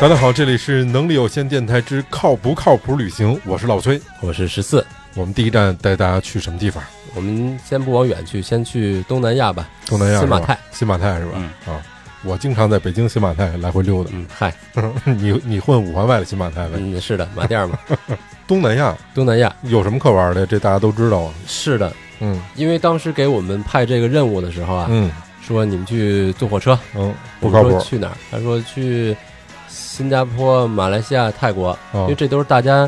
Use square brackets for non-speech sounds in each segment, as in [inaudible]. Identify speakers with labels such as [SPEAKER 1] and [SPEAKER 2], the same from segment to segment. [SPEAKER 1] 大家好，这里是能力有限电台之靠不靠谱旅行，我是老崔。
[SPEAKER 2] 我是十四。
[SPEAKER 1] 我们第一站带大家去什么地方？
[SPEAKER 2] 我们先不往远去，先去东南亚吧。
[SPEAKER 1] 东南亚是
[SPEAKER 2] 新
[SPEAKER 1] 吧
[SPEAKER 2] 马泰，
[SPEAKER 1] 新马泰是吧？啊，我经常在北京新马泰来回溜达。
[SPEAKER 2] 嗯，嗨，
[SPEAKER 1] [laughs] 你你混五环外的新马泰呗？
[SPEAKER 2] 嗯，是的，马甸儿嘛，
[SPEAKER 1] 东南亚
[SPEAKER 2] 东南亚
[SPEAKER 1] 有什么可玩的？这大家都知道啊。
[SPEAKER 2] 是的。
[SPEAKER 1] 嗯
[SPEAKER 2] 因为当时给我们派这个任务的时候啊，
[SPEAKER 1] 嗯
[SPEAKER 2] 说你们去坐火车，
[SPEAKER 1] 嗯，
[SPEAKER 2] 我
[SPEAKER 1] 不
[SPEAKER 2] 们
[SPEAKER 1] 靠谱
[SPEAKER 2] 说。去哪儿？他说去新加坡、马来西亚、泰国，
[SPEAKER 1] 啊
[SPEAKER 2] 因为，这都是大家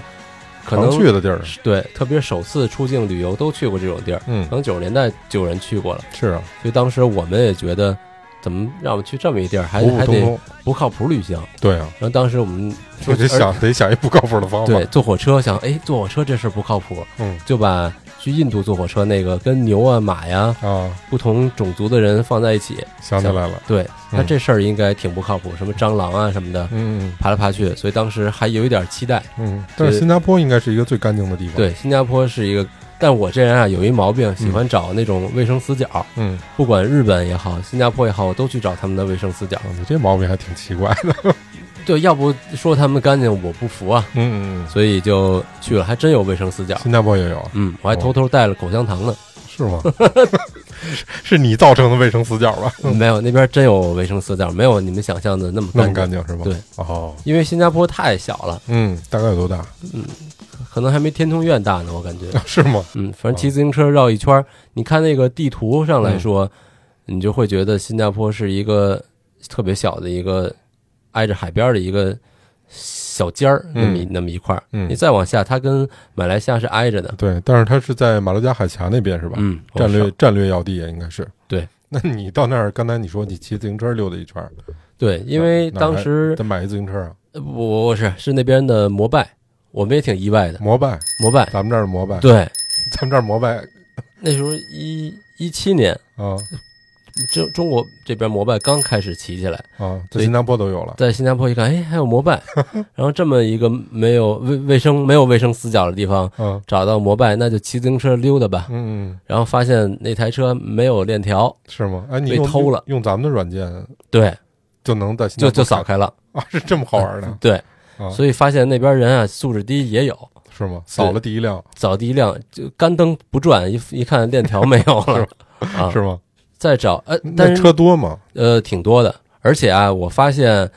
[SPEAKER 2] 可
[SPEAKER 1] 常
[SPEAKER 2] 能
[SPEAKER 1] 去的地儿。
[SPEAKER 2] 对，特别首次出境旅游都去过这种地儿，
[SPEAKER 1] 嗯
[SPEAKER 2] 可，能九十年代就有人去过了，
[SPEAKER 1] 是啊，
[SPEAKER 2] 所以当时我们也觉得，怎么让我们去这么一地儿，还
[SPEAKER 1] 普普
[SPEAKER 2] 还
[SPEAKER 1] 通
[SPEAKER 2] 得
[SPEAKER 1] 通。
[SPEAKER 2] 不靠谱旅行。
[SPEAKER 1] 对啊，
[SPEAKER 2] 然后当时我们
[SPEAKER 1] 就得
[SPEAKER 2] 而
[SPEAKER 1] 想得想一不靠谱的方法。
[SPEAKER 2] 对，坐火车想，哎，坐火车这事儿不靠谱，
[SPEAKER 1] 嗯
[SPEAKER 2] 就把去印度坐火车那个跟牛啊、马呀、
[SPEAKER 1] 啊，
[SPEAKER 2] 不同种族的人放在一起，
[SPEAKER 1] 想起来了。
[SPEAKER 2] 对，那
[SPEAKER 1] 嗯
[SPEAKER 2] 这事儿应该挺不靠谱，什么蟑螂啊什么的，
[SPEAKER 1] 嗯
[SPEAKER 2] 爬来爬去，所以当时还有一点期待。
[SPEAKER 1] 嗯，但是新加坡应该是一个最干净的地方。，
[SPEAKER 2] 对，新加坡是一个，但我这人啊有一毛病，喜欢找那种卫生死角，
[SPEAKER 1] 嗯，
[SPEAKER 2] 不管日本也好，新加坡也好，我都去找他们的卫生死角
[SPEAKER 1] 啊。你这毛病还挺奇怪的。
[SPEAKER 2] 对，要不说他们干净，我不服啊，
[SPEAKER 1] 嗯嗯
[SPEAKER 2] 所以就去了，还真有卫生死角
[SPEAKER 1] 嗯，。新加坡也有，
[SPEAKER 2] 嗯，我还偷偷带了口香糖呢。
[SPEAKER 1] 是吗？ [laughs] 是你造成的卫生死角
[SPEAKER 2] [laughs]
[SPEAKER 1] 吧？
[SPEAKER 2] 没有，那边真有卫生死角，没有你们想象的那么
[SPEAKER 1] 嗯那么干
[SPEAKER 2] 干
[SPEAKER 1] 净是吗？
[SPEAKER 2] 对，
[SPEAKER 1] 哦，
[SPEAKER 2] 因为新加坡太小了，
[SPEAKER 1] 嗯，大概有多
[SPEAKER 2] [laughs]
[SPEAKER 1] 大？
[SPEAKER 2] 可能还没天通苑大呢，我感
[SPEAKER 1] [laughs]
[SPEAKER 2] 觉。
[SPEAKER 1] 是吗？
[SPEAKER 2] 嗯，反正骑自行车绕一圈儿，你看那个地图上
[SPEAKER 1] 嗯
[SPEAKER 2] 来说，你就会觉得新加坡是一个特别小的一个挨着海边儿的一个小尖儿，那么一、
[SPEAKER 1] 嗯
[SPEAKER 2] 那么一块儿。
[SPEAKER 1] 嗯
[SPEAKER 2] 你再往下，它跟马来西亚是挨着的。
[SPEAKER 1] 对，但是它是在马六甲海峡那边是吧？
[SPEAKER 2] 嗯，
[SPEAKER 1] 战
[SPEAKER 2] 我
[SPEAKER 1] 略
[SPEAKER 2] 上
[SPEAKER 1] 战略要地也应该是。
[SPEAKER 2] 对，
[SPEAKER 1] [laughs] 那你到那儿，刚才你说你骑自行车溜达一圈儿，
[SPEAKER 2] 对，因为
[SPEAKER 1] 哪儿
[SPEAKER 2] 当时
[SPEAKER 1] 得买一自行车啊？
[SPEAKER 2] 呃我我是是那边的摩拜，我们也挺意外的，
[SPEAKER 1] 摩拜，
[SPEAKER 2] 摩拜
[SPEAKER 1] 咱们这儿是摩拜，
[SPEAKER 2] 对。
[SPEAKER 1] 咱们这儿摩拜
[SPEAKER 2] 那时候一一七年，
[SPEAKER 1] 啊
[SPEAKER 2] 中中国这边摩拜刚开始起起来，
[SPEAKER 1] 啊，在
[SPEAKER 2] 对
[SPEAKER 1] 新加坡都有了。
[SPEAKER 2] 在新加坡一看，哎，还有
[SPEAKER 1] [laughs]
[SPEAKER 2] 摩拜，然后这么一个没有卫卫生没有卫生死角的地方，
[SPEAKER 1] 嗯
[SPEAKER 2] 找到摩拜，那就骑自行车溜达吧。
[SPEAKER 1] 嗯，嗯，
[SPEAKER 2] 然后发现那台车没有链条，
[SPEAKER 1] 是吗？哎，你
[SPEAKER 2] 被
[SPEAKER 1] 用
[SPEAKER 2] 偷了
[SPEAKER 1] 用，用咱们的软件
[SPEAKER 2] 对，
[SPEAKER 1] 就能在新加坡
[SPEAKER 2] 就就扫
[SPEAKER 1] 看
[SPEAKER 2] 开了，
[SPEAKER 1] 啊，是这么好玩
[SPEAKER 2] [laughs]
[SPEAKER 1] 的，
[SPEAKER 2] 对
[SPEAKER 1] 啊，
[SPEAKER 2] 所以发现那边人啊素质低也有，
[SPEAKER 1] 是吗？扫了第一辆
[SPEAKER 2] 扫地一辆就干灯不转，一一看链条没有了啊
[SPEAKER 1] 是，吗？
[SPEAKER 2] 再找呃，
[SPEAKER 1] 那
[SPEAKER 2] 但是
[SPEAKER 1] 车多吗？
[SPEAKER 2] 呃挺多的，而且啊，我发现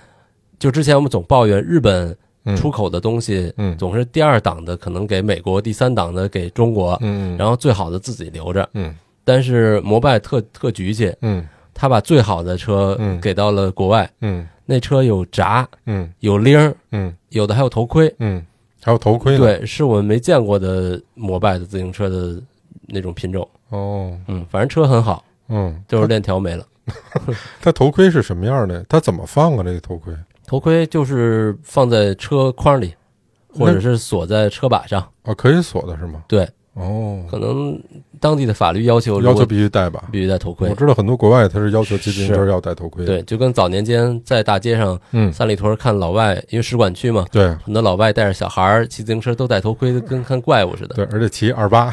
[SPEAKER 2] 就之前我们总抱怨日本
[SPEAKER 1] 嗯
[SPEAKER 2] 出口的东西
[SPEAKER 1] 嗯
[SPEAKER 2] 总是第二档的可能给美国，第三档的给中国，
[SPEAKER 1] 嗯
[SPEAKER 2] 然后最好的自己留着。
[SPEAKER 1] 嗯
[SPEAKER 2] 但是摩拜特特局气，
[SPEAKER 1] 嗯
[SPEAKER 2] 他把最好的车
[SPEAKER 1] 嗯
[SPEAKER 2] 给到了国外，
[SPEAKER 1] 嗯
[SPEAKER 2] 那车有闸、
[SPEAKER 1] 嗯
[SPEAKER 2] 有铃儿，
[SPEAKER 1] 嗯
[SPEAKER 2] 有的还有头盔。
[SPEAKER 1] 嗯，还有头盔呢。
[SPEAKER 2] 对，是我们没见过的摩拜的自行车的那种品种。
[SPEAKER 1] 哦，
[SPEAKER 2] 嗯，反正车很好，
[SPEAKER 1] 嗯，
[SPEAKER 2] 就是链条没了。
[SPEAKER 1] 它头盔是什么样的？它怎么放啊？这个头盔
[SPEAKER 2] 头盔就是放在车筐里，或者是锁在车把上。
[SPEAKER 1] 啊，可以锁的是吗？
[SPEAKER 2] 对，
[SPEAKER 1] 哦，
[SPEAKER 2] 可能当地的法律要求，
[SPEAKER 1] 要求必须戴吧？
[SPEAKER 2] 必须戴头盔
[SPEAKER 1] 我。知道很多国外它是要求骑自行车
[SPEAKER 2] 是
[SPEAKER 1] 要戴头盔。，
[SPEAKER 2] 对，就跟早年间在大街上
[SPEAKER 1] 嗯，
[SPEAKER 2] 三里屯看老外，因为使馆区嘛，
[SPEAKER 1] 对
[SPEAKER 2] 很多老外带着小孩儿骑自行车都戴头盔，跟看怪物似的。
[SPEAKER 1] 对，而且骑二八，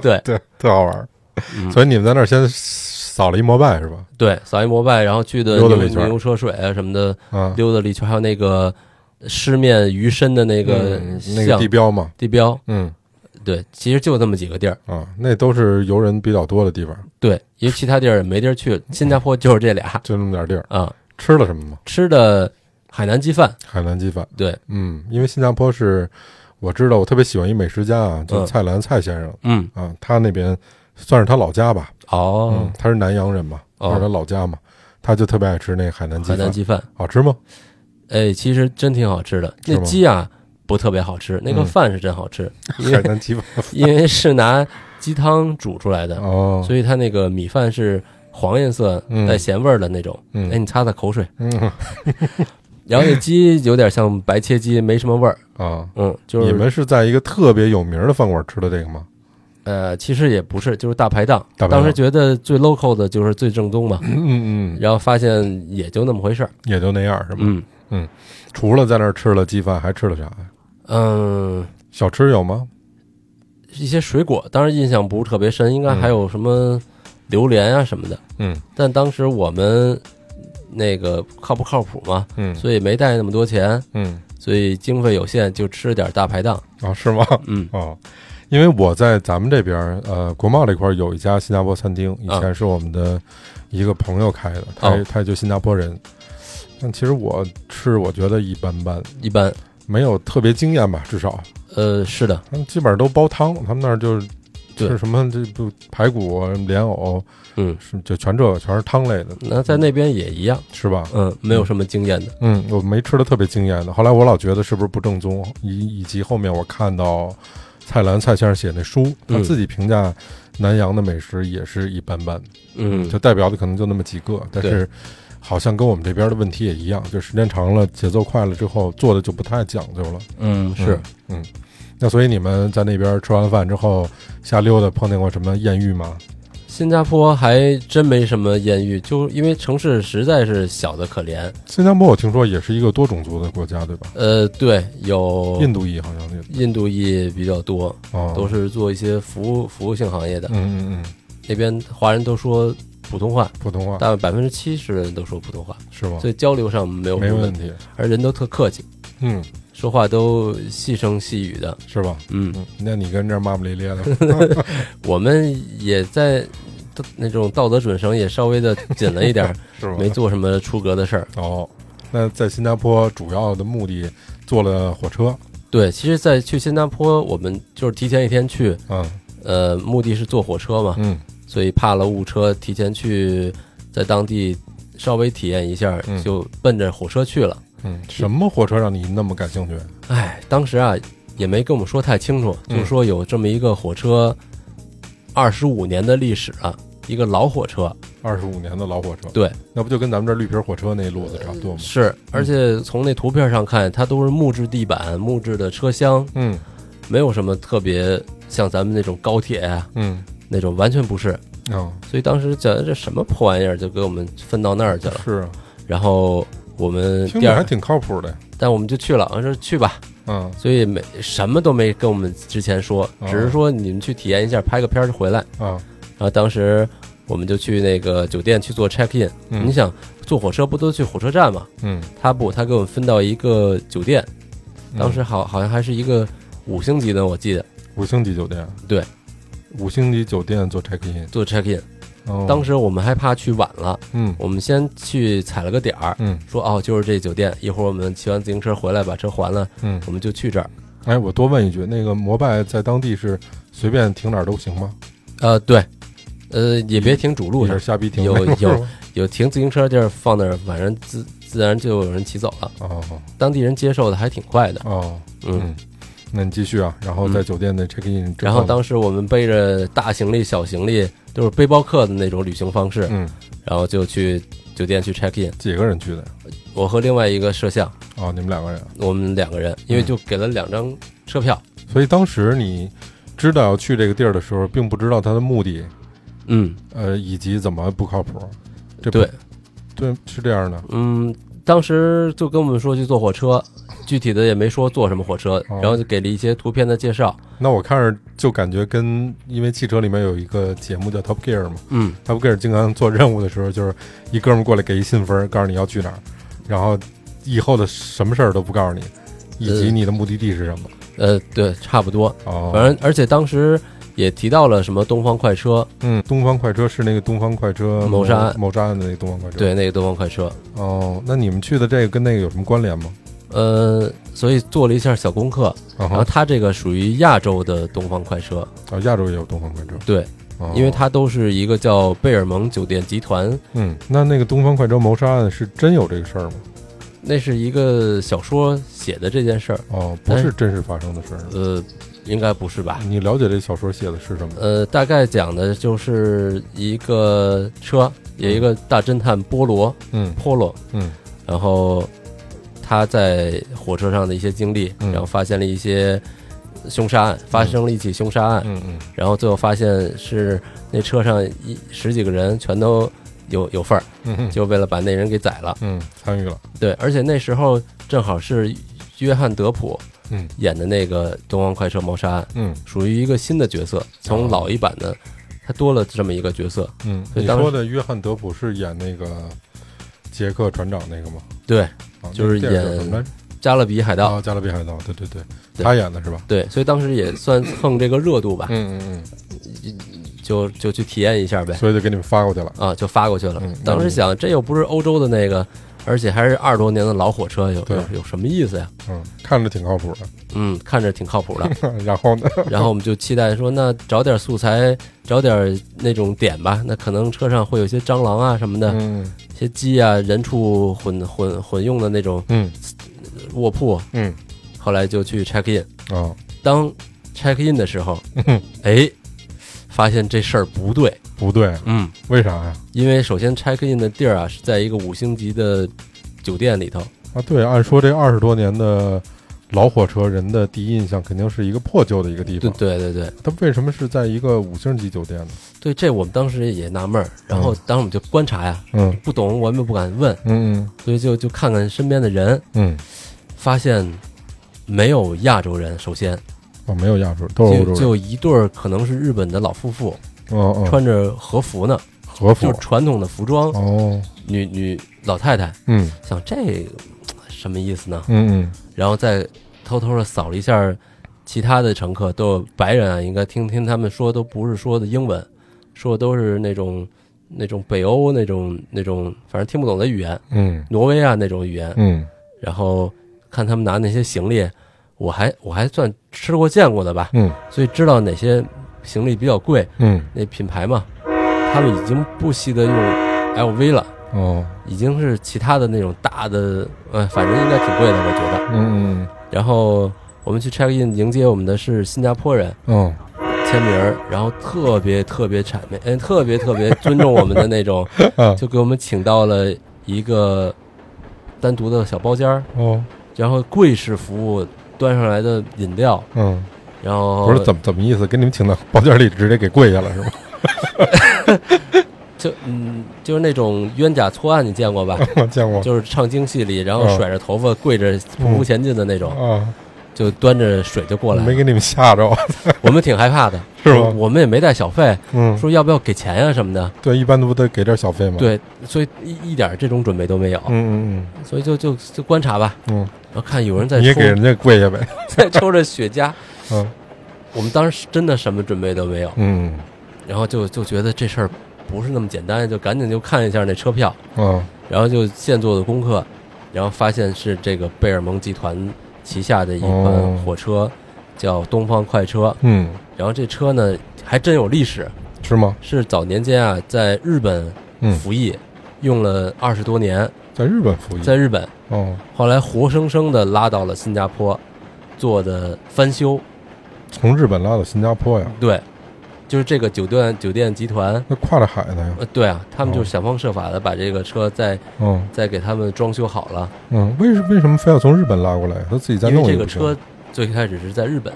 [SPEAKER 2] 对 [laughs] 对
[SPEAKER 1] 对，特好玩。
[SPEAKER 2] 嗯
[SPEAKER 1] 所以你们在那儿先扫了一摩拜是吧？
[SPEAKER 2] 对，扫一膜拜，然后去的
[SPEAKER 1] 溜达
[SPEAKER 2] 牛
[SPEAKER 1] 了一圈
[SPEAKER 2] 牛车水啊什么的，
[SPEAKER 1] 啊，
[SPEAKER 2] 溜达了一圈，还有那个狮面鱼身的那个
[SPEAKER 1] 嗯那个
[SPEAKER 2] 像
[SPEAKER 1] 地标嘛，
[SPEAKER 2] 地标。
[SPEAKER 1] 嗯
[SPEAKER 2] 对，其实就那么几个地儿。
[SPEAKER 1] 啊，那都是游人比较多的地方，
[SPEAKER 2] 对，因为其他地儿也没地儿去，新加坡就是这俩
[SPEAKER 1] 就那么点地儿。
[SPEAKER 2] 啊。
[SPEAKER 1] 吃了什么吗？
[SPEAKER 2] 吃的海南鸡饭，
[SPEAKER 1] 海南鸡饭。
[SPEAKER 2] 对，
[SPEAKER 1] 嗯，因为新加坡是我知道，我特别喜欢一美食家啊，就是
[SPEAKER 2] 嗯
[SPEAKER 1] 蔡澜蔡先生
[SPEAKER 2] 嗯，
[SPEAKER 1] 啊，他那边算是他老家吧，
[SPEAKER 2] 哦
[SPEAKER 1] 嗯，，他是南洋人嘛，
[SPEAKER 2] 哦
[SPEAKER 1] 算是他老家嘛，他就特别爱吃那海南鸡
[SPEAKER 2] 海南
[SPEAKER 1] 饭，
[SPEAKER 2] 鸡饭。
[SPEAKER 1] 好吃吗？
[SPEAKER 2] 哎，其实真挺好吃的。
[SPEAKER 1] 是
[SPEAKER 2] 那
[SPEAKER 1] 吗
[SPEAKER 2] 鸡啊不特别好吃，那个
[SPEAKER 1] 嗯
[SPEAKER 2] 饭是真好吃， [laughs] [laughs] 因
[SPEAKER 1] 海
[SPEAKER 2] 为
[SPEAKER 1] 南鸡饭
[SPEAKER 2] 因为是拿鸡汤煮出来的，
[SPEAKER 1] [laughs] 哦，
[SPEAKER 2] 所以它那个米饭是黄颜色
[SPEAKER 1] 嗯
[SPEAKER 2] 带咸味儿的那种。
[SPEAKER 1] 嗯
[SPEAKER 2] 哎，你擦擦口
[SPEAKER 1] [laughs]
[SPEAKER 2] 水。
[SPEAKER 1] 嗯
[SPEAKER 2] 然后那鸡有点像白切鸡，没什么味儿。
[SPEAKER 1] 啊，
[SPEAKER 2] 嗯，就
[SPEAKER 1] 你
[SPEAKER 2] 是
[SPEAKER 1] 们是在一个特别有名的饭馆吃的这个吗？
[SPEAKER 2] 呃，其实也不是，就是大排档。
[SPEAKER 1] 大排档
[SPEAKER 2] 当时觉得最 local 的就是最正宗嘛，
[SPEAKER 1] 嗯嗯嗯，
[SPEAKER 2] 然后发现也就那么回事儿。
[SPEAKER 1] 也就那样是吗？
[SPEAKER 2] 嗯
[SPEAKER 1] 除了在那儿吃了鸡饭，还吃了啥呀？
[SPEAKER 2] 嗯，
[SPEAKER 1] 小吃有吗？
[SPEAKER 2] 一些水果，当然印象不是特嗯别深，应该还有什么榴莲啊什么的。
[SPEAKER 1] 嗯
[SPEAKER 2] 但当时我们那个靠不靠谱嘛，
[SPEAKER 1] 嗯
[SPEAKER 2] 所以没带那么多钱，
[SPEAKER 1] 嗯
[SPEAKER 2] 所以经费有限，就吃了点大排档。
[SPEAKER 1] 啊，是吗？
[SPEAKER 2] 嗯
[SPEAKER 1] 哦，因为我在咱们这边儿，呃，国贸这块儿有一家新加坡餐厅，以
[SPEAKER 2] 啊
[SPEAKER 1] 前是我们的一个朋友开的，他、
[SPEAKER 2] 哦
[SPEAKER 1] 他就新加坡人，但其实我吃我觉得一般般，
[SPEAKER 2] 一般，
[SPEAKER 1] 没有特别惊艳吧，至少
[SPEAKER 2] 呃，是的，
[SPEAKER 1] 他们基本上都煲汤，他们那儿就是
[SPEAKER 2] 对
[SPEAKER 1] 吃什么这不排骨、啊莲藕，
[SPEAKER 2] 嗯，
[SPEAKER 1] 是就全这个全是汤类的，
[SPEAKER 2] 那在那边也一样，
[SPEAKER 1] 是吧？
[SPEAKER 2] 嗯，没有什么经验的，
[SPEAKER 1] 嗯，我没吃的特别惊艳的。后来我老觉得是不是不正宗，以以及后面我看到蔡澜蔡先生写那书，他
[SPEAKER 2] 嗯
[SPEAKER 1] 自己评价南洋的美食也是一般般，
[SPEAKER 2] 嗯
[SPEAKER 1] 就代表的可能就那么几个，但是好像跟我们这边的问题也一样，就时间长了，节奏快了之后，做的就不太讲究了。
[SPEAKER 2] 嗯是，
[SPEAKER 1] 嗯，嗯。那所以你们在那边吃完饭之后瞎溜达，碰见过什么艳遇吗？
[SPEAKER 2] 新加坡还真没什么艳遇，就因为城市实在是小的可怜。
[SPEAKER 1] 新加坡我听说也是一个多种族的国家，对吧？
[SPEAKER 2] 呃，对，有
[SPEAKER 1] 印度裔好像也
[SPEAKER 2] 印度裔比较多，
[SPEAKER 1] 哦，
[SPEAKER 2] 哦都是做一些服务服务性行业的。
[SPEAKER 1] 嗯嗯嗯，
[SPEAKER 2] 那边华人都说普通话，
[SPEAKER 1] 普通话
[SPEAKER 2] 大概百分之七十的人都说普通话，
[SPEAKER 1] 是吗？
[SPEAKER 2] 所以交流上没有
[SPEAKER 1] 啊没
[SPEAKER 2] 什么
[SPEAKER 1] 问
[SPEAKER 2] 问题，
[SPEAKER 1] 题，
[SPEAKER 2] 而人都特客气，
[SPEAKER 1] 嗯，
[SPEAKER 2] 说话都细声细语的。
[SPEAKER 1] 是吧？
[SPEAKER 2] 嗯，
[SPEAKER 1] 嗯，那你跟这儿骂骂咧咧
[SPEAKER 2] [laughs]
[SPEAKER 1] 的，
[SPEAKER 2] 我们也在那种道德准绳也稍微的紧了
[SPEAKER 1] [laughs]
[SPEAKER 2] 一点儿，
[SPEAKER 1] 是吧？
[SPEAKER 2] 没做什么出格的事儿。
[SPEAKER 1] 哦，那在新加坡主要的目的坐了火车，
[SPEAKER 2] 对，其实，在去新加坡，我们就是提前一天去，
[SPEAKER 1] 嗯
[SPEAKER 2] 呃，目的是坐火车嘛，
[SPEAKER 1] 嗯
[SPEAKER 2] 所以怕了误车，提前去在当地稍微体验一下
[SPEAKER 1] 嗯，
[SPEAKER 2] 就奔着火车去了。
[SPEAKER 1] 嗯，什么火车让你那么感兴趣？
[SPEAKER 2] 哎，当时啊也没跟我们说太清楚，
[SPEAKER 1] 嗯
[SPEAKER 2] 就说有这么一个火车，二十五年的历史啊，一个老火车，
[SPEAKER 1] 二十五年的老火车，
[SPEAKER 2] 对，
[SPEAKER 1] 那不就跟咱们这绿皮火车那路子差不多吗？
[SPEAKER 2] 是，而且从那图片上看，它都是木质地板、木质的车厢，
[SPEAKER 1] 嗯
[SPEAKER 2] 没有什么特别像咱们那种高铁啊
[SPEAKER 1] 嗯
[SPEAKER 2] 那种，完全不是。
[SPEAKER 1] 啊，
[SPEAKER 2] 所以当时觉得这什么破玩意儿，就给我们分到那儿去了。
[SPEAKER 1] 是啊，
[SPEAKER 2] 然后我们
[SPEAKER 1] 听
[SPEAKER 2] 第
[SPEAKER 1] 着还
[SPEAKER 2] 二，
[SPEAKER 1] 挺靠谱的，
[SPEAKER 2] 但我们就去了，我说去吧，
[SPEAKER 1] 嗯
[SPEAKER 2] 所以没什么都没跟我们之前说，
[SPEAKER 1] 哦
[SPEAKER 2] 只是说你们去体验一下，拍个片儿就回来。
[SPEAKER 1] 啊，
[SPEAKER 2] 然后当时我们就去那个酒店去做 check in，、
[SPEAKER 1] 嗯
[SPEAKER 2] 你想坐火车不都去火车站吗？
[SPEAKER 1] 嗯，
[SPEAKER 2] 他不，他给我们分到一个酒店，
[SPEAKER 1] 嗯
[SPEAKER 2] 当时好好像还是一个五星级的，我记得
[SPEAKER 1] 五星级酒店，
[SPEAKER 2] 对，
[SPEAKER 1] 五星级酒店做 check in，
[SPEAKER 2] 做 check in。
[SPEAKER 1] 哦
[SPEAKER 2] 当时我们还怕去晚了，
[SPEAKER 1] 嗯
[SPEAKER 2] 我们先去踩了个点儿，
[SPEAKER 1] 嗯
[SPEAKER 2] 说哦，就是这酒店，一会儿我们骑完自行车回来把车还了，
[SPEAKER 1] 嗯，
[SPEAKER 2] 我们就去这儿。
[SPEAKER 1] 哎，我多问一句，那个摩拜在当地是随便停哪儿都行吗？
[SPEAKER 2] 呃，对，呃，也别停主路
[SPEAKER 1] 也
[SPEAKER 2] 上
[SPEAKER 1] 是，瞎逼停
[SPEAKER 2] 有
[SPEAKER 1] 那种是
[SPEAKER 2] 有
[SPEAKER 1] 吗
[SPEAKER 2] 有停自行车的地儿放那儿，晚上自自然就有人骑走了。
[SPEAKER 1] 哦
[SPEAKER 2] 当地人接受的还挺快的，
[SPEAKER 1] 哦，
[SPEAKER 2] 嗯。
[SPEAKER 1] 嗯，那你继续啊，然后在酒店的 check in，之
[SPEAKER 2] 然后当时我们背着大行李、小行李，都是背包客的那种旅行方式，
[SPEAKER 1] 嗯
[SPEAKER 2] 然后就去酒店去 check in。
[SPEAKER 1] 几个人去的？
[SPEAKER 2] 我和另外一个摄像，
[SPEAKER 1] 哦，你们两个人，
[SPEAKER 2] 我们两个人，因为就给了两张车票，
[SPEAKER 1] 所以当时你知道要去这个地儿的时候，并不知道它的目的，
[SPEAKER 2] 嗯，
[SPEAKER 1] 呃，以及怎么不靠谱，这不
[SPEAKER 2] 对，
[SPEAKER 1] 对是这样的，
[SPEAKER 2] 嗯，当时就跟我们说去坐火车，具体的也没说坐什么火车，
[SPEAKER 1] 哦
[SPEAKER 2] 然后就给了一些图片的介绍。
[SPEAKER 1] 那我看着就感觉跟因为汽车里面有一个节目叫 Top Gear 嘛。
[SPEAKER 2] 嗯，
[SPEAKER 1] 他不跟着经常做任务的时候，就是一哥们儿过来给一信封，告诉你要去哪儿，然后以后的什么事儿都不告诉你，以及你的目的地是什么。
[SPEAKER 2] 呃，对，差不多。
[SPEAKER 1] 哦，
[SPEAKER 2] 反正而且当时也提到了什么东方快车，
[SPEAKER 1] 嗯，东方快车是那个东方快车
[SPEAKER 2] 谋杀案
[SPEAKER 1] 谋杀案的那个东方快车。，
[SPEAKER 2] 对，那个东方快车。
[SPEAKER 1] 哦，那你们去的这个跟那个有什么关联吗？
[SPEAKER 2] 呃，所以做了一下小功课，
[SPEAKER 1] 啊
[SPEAKER 2] 然
[SPEAKER 1] 哈
[SPEAKER 2] 后它这个属于亚洲的东方快车，
[SPEAKER 1] 啊，亚洲也有东方快车，
[SPEAKER 2] 对，
[SPEAKER 1] 哦
[SPEAKER 2] 因为它都是一个叫贝尔蒙酒店集团，
[SPEAKER 1] 嗯，那那个东方快车谋杀案是真有这个事儿吗？
[SPEAKER 2] 那是一个小说写的这件事儿，
[SPEAKER 1] 哦，不
[SPEAKER 2] 哎
[SPEAKER 1] 是真实发生的事儿。
[SPEAKER 2] 呃，应该不是吧？
[SPEAKER 1] 你了解这小说写的是什么？
[SPEAKER 2] 呃，大概讲的就是一个车，有一个大侦探波罗
[SPEAKER 1] 嗯
[SPEAKER 2] Polo，
[SPEAKER 1] 嗯
[SPEAKER 2] 然后他在火车上的一些经历，
[SPEAKER 1] 嗯
[SPEAKER 2] 然后发现了一些凶杀案，发生了一起凶杀案，
[SPEAKER 1] 嗯嗯，
[SPEAKER 2] 然后最后发现是那车上一十几个人全都有有份儿，
[SPEAKER 1] 嗯嗯
[SPEAKER 2] 就为了把那人给宰了。
[SPEAKER 1] 嗯，参与了。
[SPEAKER 2] 对，而且那时候正好是约翰·德普
[SPEAKER 1] 嗯
[SPEAKER 2] 演的那个《东方快车谋杀案》，
[SPEAKER 1] 嗯
[SPEAKER 2] 属于一个新的角色，从
[SPEAKER 1] 哦
[SPEAKER 2] 老一版的他多了这么一个角色。
[SPEAKER 1] 嗯，
[SPEAKER 2] 所以
[SPEAKER 1] 你
[SPEAKER 2] 当时
[SPEAKER 1] 说的约翰·德普是演那个《杰克船长那个吗？
[SPEAKER 2] 对
[SPEAKER 1] 啊，
[SPEAKER 2] 就是
[SPEAKER 1] 那个电影
[SPEAKER 2] 演
[SPEAKER 1] 叫什么来着？
[SPEAKER 2] 加勒比海盗，
[SPEAKER 1] 啊，加勒比海盗，对对对，
[SPEAKER 2] 对
[SPEAKER 1] 他演的是吧？
[SPEAKER 2] 对，所以当时也算蹭这个热度吧，
[SPEAKER 1] 嗯嗯
[SPEAKER 2] 就就去体验一下呗
[SPEAKER 1] 嗯，，所以就给你们发过去了。
[SPEAKER 2] 啊，就发过去了
[SPEAKER 1] 嗯。
[SPEAKER 2] 当时想，这又不是欧洲的那个，而且还是二十多年的老火车，有
[SPEAKER 1] 对
[SPEAKER 2] 有有什么意思呀？
[SPEAKER 1] 嗯，看着挺靠谱的。 [laughs]
[SPEAKER 2] 嗯，看着挺靠谱的。
[SPEAKER 1] 然后呢？ [laughs]
[SPEAKER 2] 然后我们就期待说，那找点素材，找点那种点吧。那可能车上会有一些蟑螂啊什么的，
[SPEAKER 1] 嗯
[SPEAKER 2] 一些鸡啊，人畜混混混用的那种
[SPEAKER 1] 嗯
[SPEAKER 2] 卧铺。
[SPEAKER 1] 嗯
[SPEAKER 2] 后来就去 check in，
[SPEAKER 1] 啊，
[SPEAKER 2] 当 check in 的
[SPEAKER 1] [laughs]
[SPEAKER 2] 时候，
[SPEAKER 1] 哼
[SPEAKER 2] 哎，发现这事儿不对。
[SPEAKER 1] 不对，
[SPEAKER 2] 嗯，
[SPEAKER 1] 为啥呀？
[SPEAKER 2] 因为首先 check in 的地儿啊是在一个五星级的酒店里头，
[SPEAKER 1] 啊，对，按说这二十多年的老火车，人的第一印象肯定是一个破旧的一个地
[SPEAKER 2] 对
[SPEAKER 1] 方。
[SPEAKER 2] 对对对
[SPEAKER 1] 他为什么是在一个五星级酒店呢？
[SPEAKER 2] 对，这我们当时也纳闷儿，然后当时我们就观察呀，
[SPEAKER 1] 嗯
[SPEAKER 2] 不懂我们也不敢问，
[SPEAKER 1] 嗯
[SPEAKER 2] 所以就就看看身边的人，
[SPEAKER 1] 嗯，
[SPEAKER 2] 发现没有亚洲人，首先
[SPEAKER 1] 哦，没有亚洲，都是欧
[SPEAKER 2] 就
[SPEAKER 1] 洲人。
[SPEAKER 2] 就一对儿可能是日本的老夫妇，
[SPEAKER 1] 哦哦，
[SPEAKER 2] 穿着和服呢，
[SPEAKER 1] 和服
[SPEAKER 2] 就是。传统的服装，
[SPEAKER 1] 哦，
[SPEAKER 2] 女女老太太，
[SPEAKER 1] 嗯
[SPEAKER 2] 想这什么意思呢？
[SPEAKER 1] 嗯嗯，
[SPEAKER 2] 然后再偷偷的扫了一下其他的乘客，都有白人啊，应该听听他们说都不是说的英文，说的都是那种那种北欧那种那种，反正听不懂的语言，
[SPEAKER 1] 嗯
[SPEAKER 2] 挪威啊那种语言。
[SPEAKER 1] 嗯
[SPEAKER 2] 然后看他们拿那些行李，我还我还算吃过见过的吧，
[SPEAKER 1] 嗯
[SPEAKER 2] 所以知道哪些行李比较贵，
[SPEAKER 1] 嗯，
[SPEAKER 2] 那品牌嘛，他们已经不惜的用 LV 了。
[SPEAKER 1] 哦，
[SPEAKER 2] 已经是其他的那种大的，呃，反正应该挺贵的，我觉得。
[SPEAKER 1] 嗯嗯
[SPEAKER 2] 然后我们去 check in 迎接我们的是新加坡人
[SPEAKER 1] 哦，
[SPEAKER 2] 签名儿，然后特别特别谄媚，嗯，特别特别尊重我们的那种， [laughs]
[SPEAKER 1] 嗯
[SPEAKER 2] 就给我们请到了一个单独的小包间儿，
[SPEAKER 1] 哦，
[SPEAKER 2] 然后贵式服务端上来的饮料，
[SPEAKER 1] 嗯，
[SPEAKER 2] 然后
[SPEAKER 1] 不是怎么怎么意思？给你们请到包间里直接给跪下了是吗？
[SPEAKER 2] 就嗯就是那种冤假错案，你见过吧？
[SPEAKER 1] 我 [laughs] 见过
[SPEAKER 2] 就是唱京戏里，然后
[SPEAKER 1] 嗯
[SPEAKER 2] 甩着头发跪着匍匐前进的那种，
[SPEAKER 1] 啊，
[SPEAKER 2] 就端着水就过来
[SPEAKER 1] 嗯没
[SPEAKER 2] 了，
[SPEAKER 1] 给你们吓着， [laughs]
[SPEAKER 2] 我们挺害怕的，
[SPEAKER 1] 是吗
[SPEAKER 2] 我我们也没带小费，
[SPEAKER 1] 嗯，
[SPEAKER 2] 说要不要给钱啊呀、什么的。
[SPEAKER 1] 对，一般都不得给点小费吗？，
[SPEAKER 2] 对，所以一一点这种准备都没有，
[SPEAKER 1] 嗯嗯
[SPEAKER 2] 所以就就就观察吧，
[SPEAKER 1] 嗯
[SPEAKER 2] 然后看有人在
[SPEAKER 1] 嗯，你也
[SPEAKER 2] 抽
[SPEAKER 1] 给人家跪下呗，
[SPEAKER 2] [laughs] 在抽着雪茄，
[SPEAKER 1] 嗯
[SPEAKER 2] 我们当时真的什么准备都没有，
[SPEAKER 1] 嗯
[SPEAKER 2] 然后就就觉得这事儿不是那么简单，就赶紧就看一下那车票，
[SPEAKER 1] 嗯
[SPEAKER 2] 然后就现做的功课，然后发现是这个贝尔蒙集团旗下的一款
[SPEAKER 1] 哦
[SPEAKER 2] 火车，叫东方快车，
[SPEAKER 1] 嗯，
[SPEAKER 2] 然后这车呢还真有历史，
[SPEAKER 1] 是吗？
[SPEAKER 2] 是早年间啊在日本
[SPEAKER 1] 嗯
[SPEAKER 2] 服役，用了二十多年，
[SPEAKER 1] 在日本服役，
[SPEAKER 2] 在日本。
[SPEAKER 1] 哦，
[SPEAKER 2] 后来活生生的拉到了新加坡，做的翻修。
[SPEAKER 1] 从日本拉到新加坡呀，
[SPEAKER 2] 对，就是这个酒店酒店集团，
[SPEAKER 1] 那跨着海呢呀，
[SPEAKER 2] 呃，对啊，他们就
[SPEAKER 1] 哦
[SPEAKER 2] 是想方设法的把这个车再
[SPEAKER 1] 嗯
[SPEAKER 2] 再给他们装修好了，
[SPEAKER 1] 嗯，为什为什么非要从日本拉过来？他自己再
[SPEAKER 2] 因为
[SPEAKER 1] 弄一
[SPEAKER 2] 这个
[SPEAKER 1] 不行
[SPEAKER 2] 车最开始是在日本，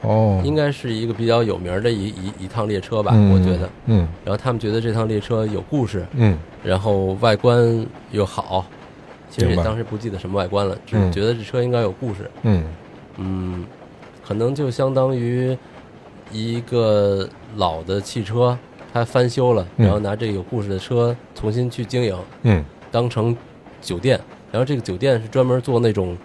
[SPEAKER 1] 哦，
[SPEAKER 2] 应该是一个比较有名的一一一趟列车吧，
[SPEAKER 1] 嗯
[SPEAKER 2] 我觉得。，
[SPEAKER 1] 嗯
[SPEAKER 2] 然后他们觉得这趟列车有故事，
[SPEAKER 1] 嗯
[SPEAKER 2] 然后外观又好，其实
[SPEAKER 1] 明
[SPEAKER 2] 也
[SPEAKER 1] 白
[SPEAKER 2] 当时不记得什么外观了，只
[SPEAKER 1] 嗯
[SPEAKER 2] 是觉得这车应该有故事。
[SPEAKER 1] 嗯
[SPEAKER 2] 嗯，可能就相当于一个老的汽车，它翻修了，
[SPEAKER 1] 嗯
[SPEAKER 2] 然后拿这个有故事的车重新去经营，
[SPEAKER 1] 嗯
[SPEAKER 2] 当成酒店。然后这个酒店是专门做那种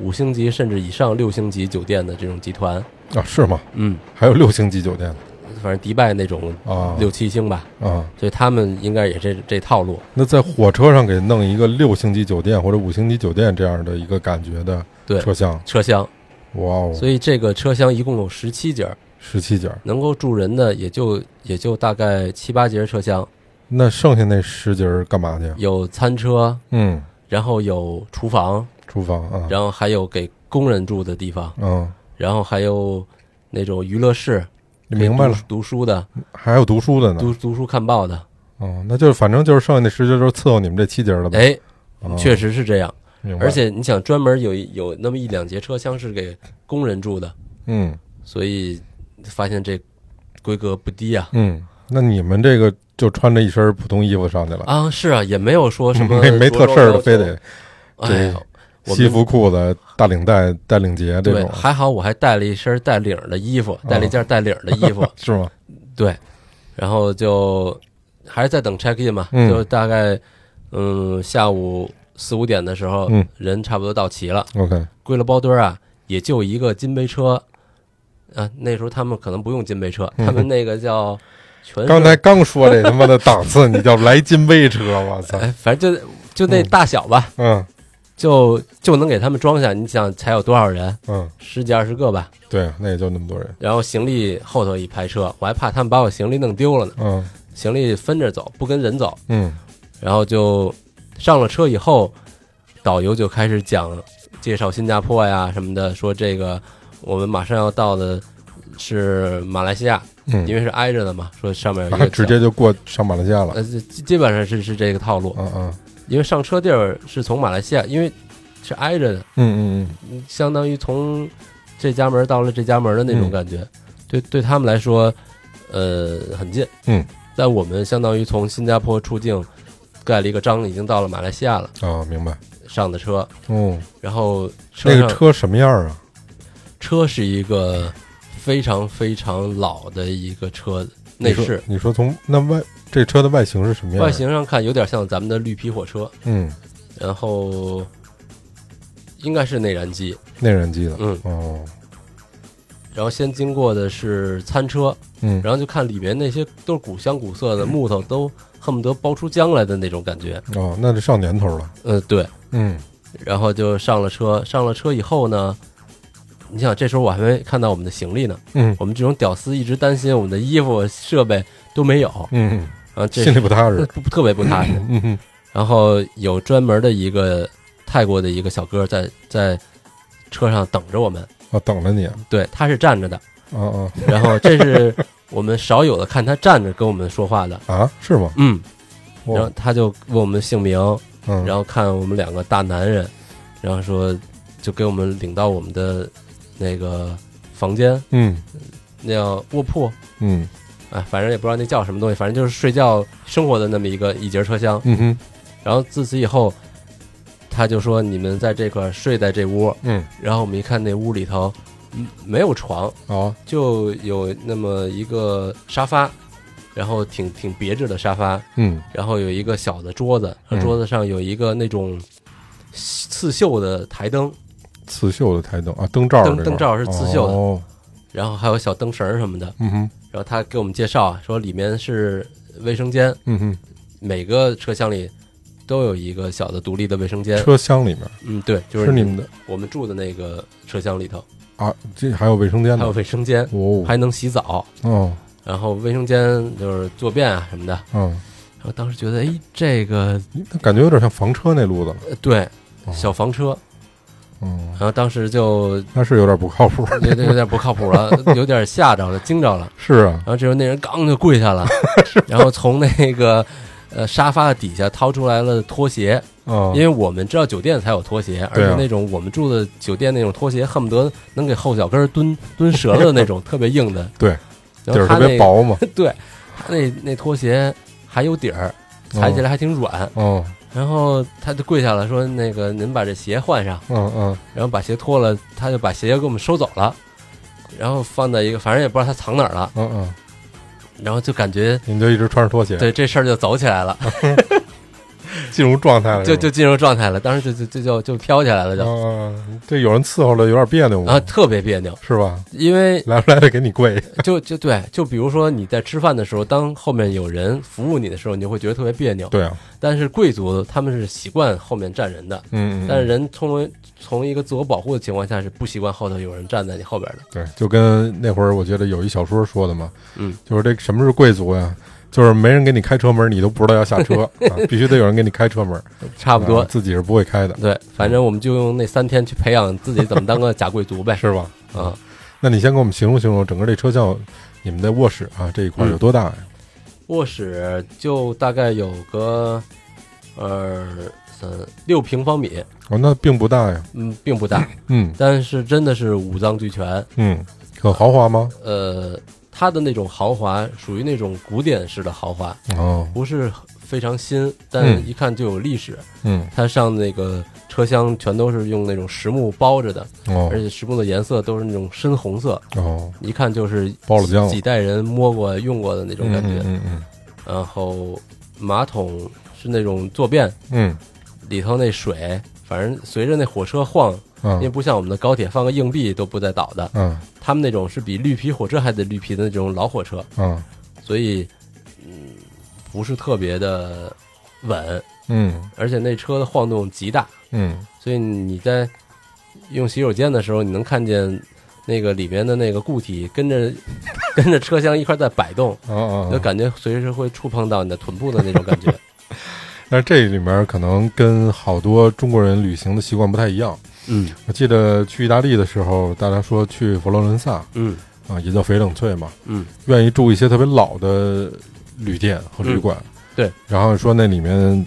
[SPEAKER 2] 五星级甚至以上六星级酒店的这种集团。
[SPEAKER 1] 啊，是吗？
[SPEAKER 2] 嗯，
[SPEAKER 1] 还有六星级酒店呢
[SPEAKER 2] 反正迪拜那种
[SPEAKER 1] 啊
[SPEAKER 2] 六七星吧，
[SPEAKER 1] 啊，
[SPEAKER 2] 所以他们应该也这这套路。
[SPEAKER 1] 那在火车上给弄一个六星级酒店或者五星级酒店这样的一个感觉的
[SPEAKER 2] 对
[SPEAKER 1] 车厢，啊
[SPEAKER 2] 车厢，
[SPEAKER 1] 哇哦，
[SPEAKER 2] 所以这个车厢一共有十七节儿，
[SPEAKER 1] 十七节儿，
[SPEAKER 2] 能够住人的也就也就大概七八节儿车厢，
[SPEAKER 1] 那剩下那十节儿干嘛去？
[SPEAKER 2] 有餐车，
[SPEAKER 1] 嗯，
[SPEAKER 2] 然后有厨房，
[SPEAKER 1] 厨房啊，
[SPEAKER 2] 然后还有给工人住的地方，
[SPEAKER 1] 嗯，
[SPEAKER 2] 然后还有那种娱乐室，
[SPEAKER 1] 你明白了，
[SPEAKER 2] 读，读书的，
[SPEAKER 1] 还有读书的呢，
[SPEAKER 2] 读读书看报的，
[SPEAKER 1] 哦，那就是反正就是剩下那十节儿就是伺候你们这七节儿了呗，
[SPEAKER 2] 哎，
[SPEAKER 1] 哦
[SPEAKER 2] 确实是这样。
[SPEAKER 1] 明白，
[SPEAKER 2] 而且你想，专门有一有那么一两节车厢是给工人住的，
[SPEAKER 1] 嗯
[SPEAKER 2] 所以发现这规格不低啊。
[SPEAKER 1] 嗯，那你们这个就穿着一身普通衣服上去了，
[SPEAKER 2] 啊，是啊，也没有说什么
[SPEAKER 1] 没没特事儿的，
[SPEAKER 2] 着装
[SPEAKER 1] 非得
[SPEAKER 2] 哎呀，我们
[SPEAKER 1] 西服裤子、大领带、带领结这
[SPEAKER 2] 对，
[SPEAKER 1] 种，
[SPEAKER 2] 还好我还带了一身带领儿的衣
[SPEAKER 1] 哦
[SPEAKER 2] 服，带了一件带领儿的衣服，
[SPEAKER 1] [laughs] 是吗？
[SPEAKER 2] 对，然后就还是在等 check in 嘛，
[SPEAKER 1] 嗯
[SPEAKER 2] 就大概嗯，下午四五点的时候，
[SPEAKER 1] 嗯
[SPEAKER 2] 人差不多到齐了，
[SPEAKER 1] ，OK，
[SPEAKER 2] 归了包堆儿啊，也就一个金杯车，啊，那时候他们可能不用金杯车，他们那个叫全
[SPEAKER 1] 嗯
[SPEAKER 2] 是
[SPEAKER 1] 刚才刚说这他妈的档次，你叫来金杯车，我操，
[SPEAKER 2] 哎，反正就就那大小吧，
[SPEAKER 1] 嗯
[SPEAKER 2] 就就能给他们装下。你想才有多少人？
[SPEAKER 1] 嗯，
[SPEAKER 2] 十几二十个吧。
[SPEAKER 1] 对，那也就那么多人，
[SPEAKER 2] 然后行李后头一排车，我还怕他们把我行李弄丢了呢。
[SPEAKER 1] 嗯
[SPEAKER 2] 行李分着走，不跟人走。
[SPEAKER 1] 嗯
[SPEAKER 2] 然后就上了车以后，导游就开始讲介绍新加坡呀什么的，说这个我们马上要到的是马来西亚，
[SPEAKER 1] 嗯
[SPEAKER 2] 因，为是挨着的嘛。说上面有一
[SPEAKER 1] 啊
[SPEAKER 2] 个
[SPEAKER 1] 直接就过上马来西亚了，
[SPEAKER 2] 呃，基基本上是是这个套路，
[SPEAKER 1] 嗯嗯
[SPEAKER 2] 因为上车地儿是从马来西亚，因为是挨着的。
[SPEAKER 1] 嗯嗯
[SPEAKER 2] 相当于从这家门到了这家门的
[SPEAKER 1] 嗯
[SPEAKER 2] 那种感觉，对对他们来说，呃，很近。
[SPEAKER 1] 嗯，
[SPEAKER 2] 但我们相当于从新加坡出境，盖了一个章，已经到了马来西亚了，
[SPEAKER 1] 嗯，哦，明白，
[SPEAKER 2] 上的车，
[SPEAKER 1] 嗯，
[SPEAKER 2] 然后车
[SPEAKER 1] 那个
[SPEAKER 2] 上
[SPEAKER 1] 车什么样啊？
[SPEAKER 2] 车是一个非常非常老的一个车，内
[SPEAKER 1] 你说
[SPEAKER 2] 饰
[SPEAKER 1] 你说从那外这车的外形是什么样？
[SPEAKER 2] 外，形上看有点像咱们的绿皮火车，
[SPEAKER 1] 嗯，
[SPEAKER 2] 然后应该是内燃机，
[SPEAKER 1] 内燃机的，
[SPEAKER 2] 嗯，
[SPEAKER 1] 哦，
[SPEAKER 2] 然后先经过的是餐车，
[SPEAKER 1] 嗯
[SPEAKER 2] 然后就看里面那些都是古香古色的木头，都恨不得包出浆来的那种感觉。
[SPEAKER 1] 哦，那就上年头了，
[SPEAKER 2] 呃，对，
[SPEAKER 1] 嗯
[SPEAKER 2] 然后就上了车，上了车以后呢，你想这时候我还没看到我们的行李呢，
[SPEAKER 1] 嗯
[SPEAKER 2] 我们这种屌丝一直担心我们的衣服设备都没有，
[SPEAKER 1] 嗯，
[SPEAKER 2] 啊，这
[SPEAKER 1] 心里不踏实，
[SPEAKER 2] 不特别不踏实。
[SPEAKER 1] 嗯嗯
[SPEAKER 2] 然后有专门的一个泰国的一个小哥在在车上等着我们，
[SPEAKER 1] 啊，等着你，啊
[SPEAKER 2] 对，他是站着的，
[SPEAKER 1] 啊
[SPEAKER 2] 然后这是 [laughs] 我们少有的看他站着跟我们说话的，
[SPEAKER 1] 啊，是吗？
[SPEAKER 2] 嗯，
[SPEAKER 1] 哇
[SPEAKER 2] 然后他就问我们姓名，
[SPEAKER 1] 嗯，
[SPEAKER 2] 然后看我们两个大男人，然后说就给我们领到我们的那个房间，
[SPEAKER 1] 嗯
[SPEAKER 2] 那叫卧铺，
[SPEAKER 1] 嗯
[SPEAKER 2] 哎，反正也不知道那叫什么东西，反正就是睡觉生活的那么一个一节车厢。
[SPEAKER 1] 嗯哼
[SPEAKER 2] 然后自此以后，他就说你们在这块儿睡在这屋，
[SPEAKER 1] 嗯，
[SPEAKER 2] 然后我们一看那屋里头，嗯没有床，
[SPEAKER 1] 哦
[SPEAKER 2] 就有那么一个沙发，然后挺挺别致的沙发，
[SPEAKER 1] 嗯
[SPEAKER 2] 然后有一个小的桌子，
[SPEAKER 1] 嗯
[SPEAKER 2] 桌子上有一个那种刺绣的台灯，
[SPEAKER 1] 刺绣的台灯啊，灯罩儿
[SPEAKER 2] 灯
[SPEAKER 1] 这
[SPEAKER 2] 灯
[SPEAKER 1] 块儿
[SPEAKER 2] 罩是刺绣的
[SPEAKER 1] 哦，
[SPEAKER 2] 然后还有小灯绳儿什么的。
[SPEAKER 1] 嗯哼
[SPEAKER 2] 然后他给我们介绍啊，说里面是卫生间，
[SPEAKER 1] 嗯哼，
[SPEAKER 2] 每个车厢里都有一个小的独立的卫生间。
[SPEAKER 1] 车厢里面
[SPEAKER 2] 嗯，对，就是
[SPEAKER 1] 是你们的
[SPEAKER 2] 我们住的那个车厢里头
[SPEAKER 1] 啊，这还有卫生间
[SPEAKER 2] 还有
[SPEAKER 1] 呢，
[SPEAKER 2] 卫生间，
[SPEAKER 1] 哦
[SPEAKER 2] 还能洗澡。
[SPEAKER 1] 哦
[SPEAKER 2] 然后卫生间就是坐便啊什么的。
[SPEAKER 1] 嗯，
[SPEAKER 2] 然后当时觉得，哎，这个
[SPEAKER 1] 那感觉有点像房车那路子了，
[SPEAKER 2] 呃对
[SPEAKER 1] 哦
[SPEAKER 2] 小房车。
[SPEAKER 1] 嗯，
[SPEAKER 2] 然后当时就
[SPEAKER 1] 那是有点不靠谱，
[SPEAKER 2] 有点有点不靠谱了，有点吓着了，惊着了。
[SPEAKER 1] 是啊，
[SPEAKER 2] 然后这时候那人刚就跪
[SPEAKER 1] [laughs]
[SPEAKER 2] 下了，然后从那个呃沙发的底下掏出来了拖鞋，
[SPEAKER 1] 啊，
[SPEAKER 2] 因为我们知道酒店才有拖鞋，而
[SPEAKER 1] 对啊
[SPEAKER 2] 且那种我们住的酒店那种拖鞋，恨不得能给后脚跟儿蹲蹲折了的
[SPEAKER 1] [laughs]
[SPEAKER 2] 那种，特别硬的。
[SPEAKER 1] 对，
[SPEAKER 2] 然
[SPEAKER 1] 底
[SPEAKER 2] 后
[SPEAKER 1] 儿
[SPEAKER 2] 他
[SPEAKER 1] 特
[SPEAKER 2] 那
[SPEAKER 1] 别
[SPEAKER 2] 个，
[SPEAKER 1] 薄嘛，
[SPEAKER 2] [laughs] 对，他那那拖鞋还有底儿，踩起来还挺软。
[SPEAKER 1] 哦，
[SPEAKER 2] 然后他就跪下了，说：“那个您把这鞋换上。”
[SPEAKER 1] 嗯嗯
[SPEAKER 2] 然后把鞋脱了，他就把鞋给我们收走了，然后放在一个，反正也不知道他藏哪儿了，
[SPEAKER 1] 嗯嗯，
[SPEAKER 2] 然后就感觉
[SPEAKER 1] 你们就一直穿着拖鞋，
[SPEAKER 2] 对这事儿就走起来了，
[SPEAKER 1] 哎进入状态了，
[SPEAKER 2] 就是
[SPEAKER 1] 吧
[SPEAKER 2] 就进入状态了，当时就就就就就飘起来了，就啊
[SPEAKER 1] 啊，这有人伺候了有点别扭
[SPEAKER 2] 然后
[SPEAKER 1] 嘛，
[SPEAKER 2] 特别别扭，
[SPEAKER 1] 是吧？
[SPEAKER 2] 因为
[SPEAKER 1] 来不来的给你跪，
[SPEAKER 2] 就就对，就比如说你在吃饭的时候，当后面有人服务你的时候，你就会觉得特别别扭，
[SPEAKER 1] 对啊，
[SPEAKER 2] 但是贵族他们是习惯后面站人的，
[SPEAKER 1] 嗯，嗯嗯
[SPEAKER 2] 但是人从从一个自我保护的情况下是不习惯后头有人站在你后边的，
[SPEAKER 1] 对，就跟那会儿我觉得有一小说说的嘛，
[SPEAKER 2] 嗯，
[SPEAKER 1] 就是这什么是贵族呀？就是没人给你开车门，你都不知道要下
[SPEAKER 2] [laughs]
[SPEAKER 1] 车啊，必须得有人给你开车门，
[SPEAKER 2] 差不多。
[SPEAKER 1] 啊自己是不会开的，
[SPEAKER 2] 对，反正我们就用那三天去培养自己怎么当个假贵族呗。
[SPEAKER 1] [laughs] 是吧？
[SPEAKER 2] 啊，
[SPEAKER 1] 那你先给我们形容形容整个这车厢，你们的卧室啊这一块有多大呀？
[SPEAKER 2] 卧室就大概有个呃三六平方米，
[SPEAKER 1] 哦，那并不大呀，
[SPEAKER 2] 嗯，并不大，
[SPEAKER 1] 嗯
[SPEAKER 2] 但是真的是五脏俱全。
[SPEAKER 1] 嗯，很豪华吗？
[SPEAKER 2] 呃，它的那种豪华属于那种古典式的豪华，
[SPEAKER 1] 哦，
[SPEAKER 2] 不是非常新，但
[SPEAKER 1] 嗯
[SPEAKER 2] 一看就有历史。
[SPEAKER 1] 嗯
[SPEAKER 2] 它上那个车厢全都是用那种实木包着的，
[SPEAKER 1] 哦
[SPEAKER 2] 而且实木的颜色都是那种深红色，
[SPEAKER 1] 哦，
[SPEAKER 2] 一看就是
[SPEAKER 1] 包了浆嗯了
[SPEAKER 2] 几代人摸过用过的那种感觉。
[SPEAKER 1] 嗯嗯嗯
[SPEAKER 2] 然后马桶是那种坐便，
[SPEAKER 1] 嗯
[SPEAKER 2] 里头那水，反正随着那火车晃，因为
[SPEAKER 1] 嗯
[SPEAKER 2] 不像我们的高铁放个硬币都不带倒的，
[SPEAKER 1] 嗯
[SPEAKER 2] 他们那种是比绿皮火车还得绿皮的那种老火车，
[SPEAKER 1] 嗯
[SPEAKER 2] 所以嗯不是特别的稳，
[SPEAKER 1] 嗯
[SPEAKER 2] 而且那车的晃动极大，
[SPEAKER 1] 嗯
[SPEAKER 2] 所以你在用洗手间的时候，你能看见那个里面的那个固体跟着 [laughs] 跟着车厢一块在摆动，
[SPEAKER 1] 哦哦，
[SPEAKER 2] 就
[SPEAKER 1] 哦
[SPEAKER 2] 感觉随时会触碰到你的臀部的那种感觉。
[SPEAKER 1] 但是这里面可能跟好多中国人旅行的习惯不太一样。
[SPEAKER 2] 嗯
[SPEAKER 1] 我记得去意大利的时候，大家说去佛罗伦萨
[SPEAKER 2] 嗯
[SPEAKER 1] 啊，也叫翡冷翠嘛，
[SPEAKER 2] 嗯，
[SPEAKER 1] 愿意住一些特别老的旅店和旅馆。
[SPEAKER 2] 嗯对，
[SPEAKER 1] 然后说那里面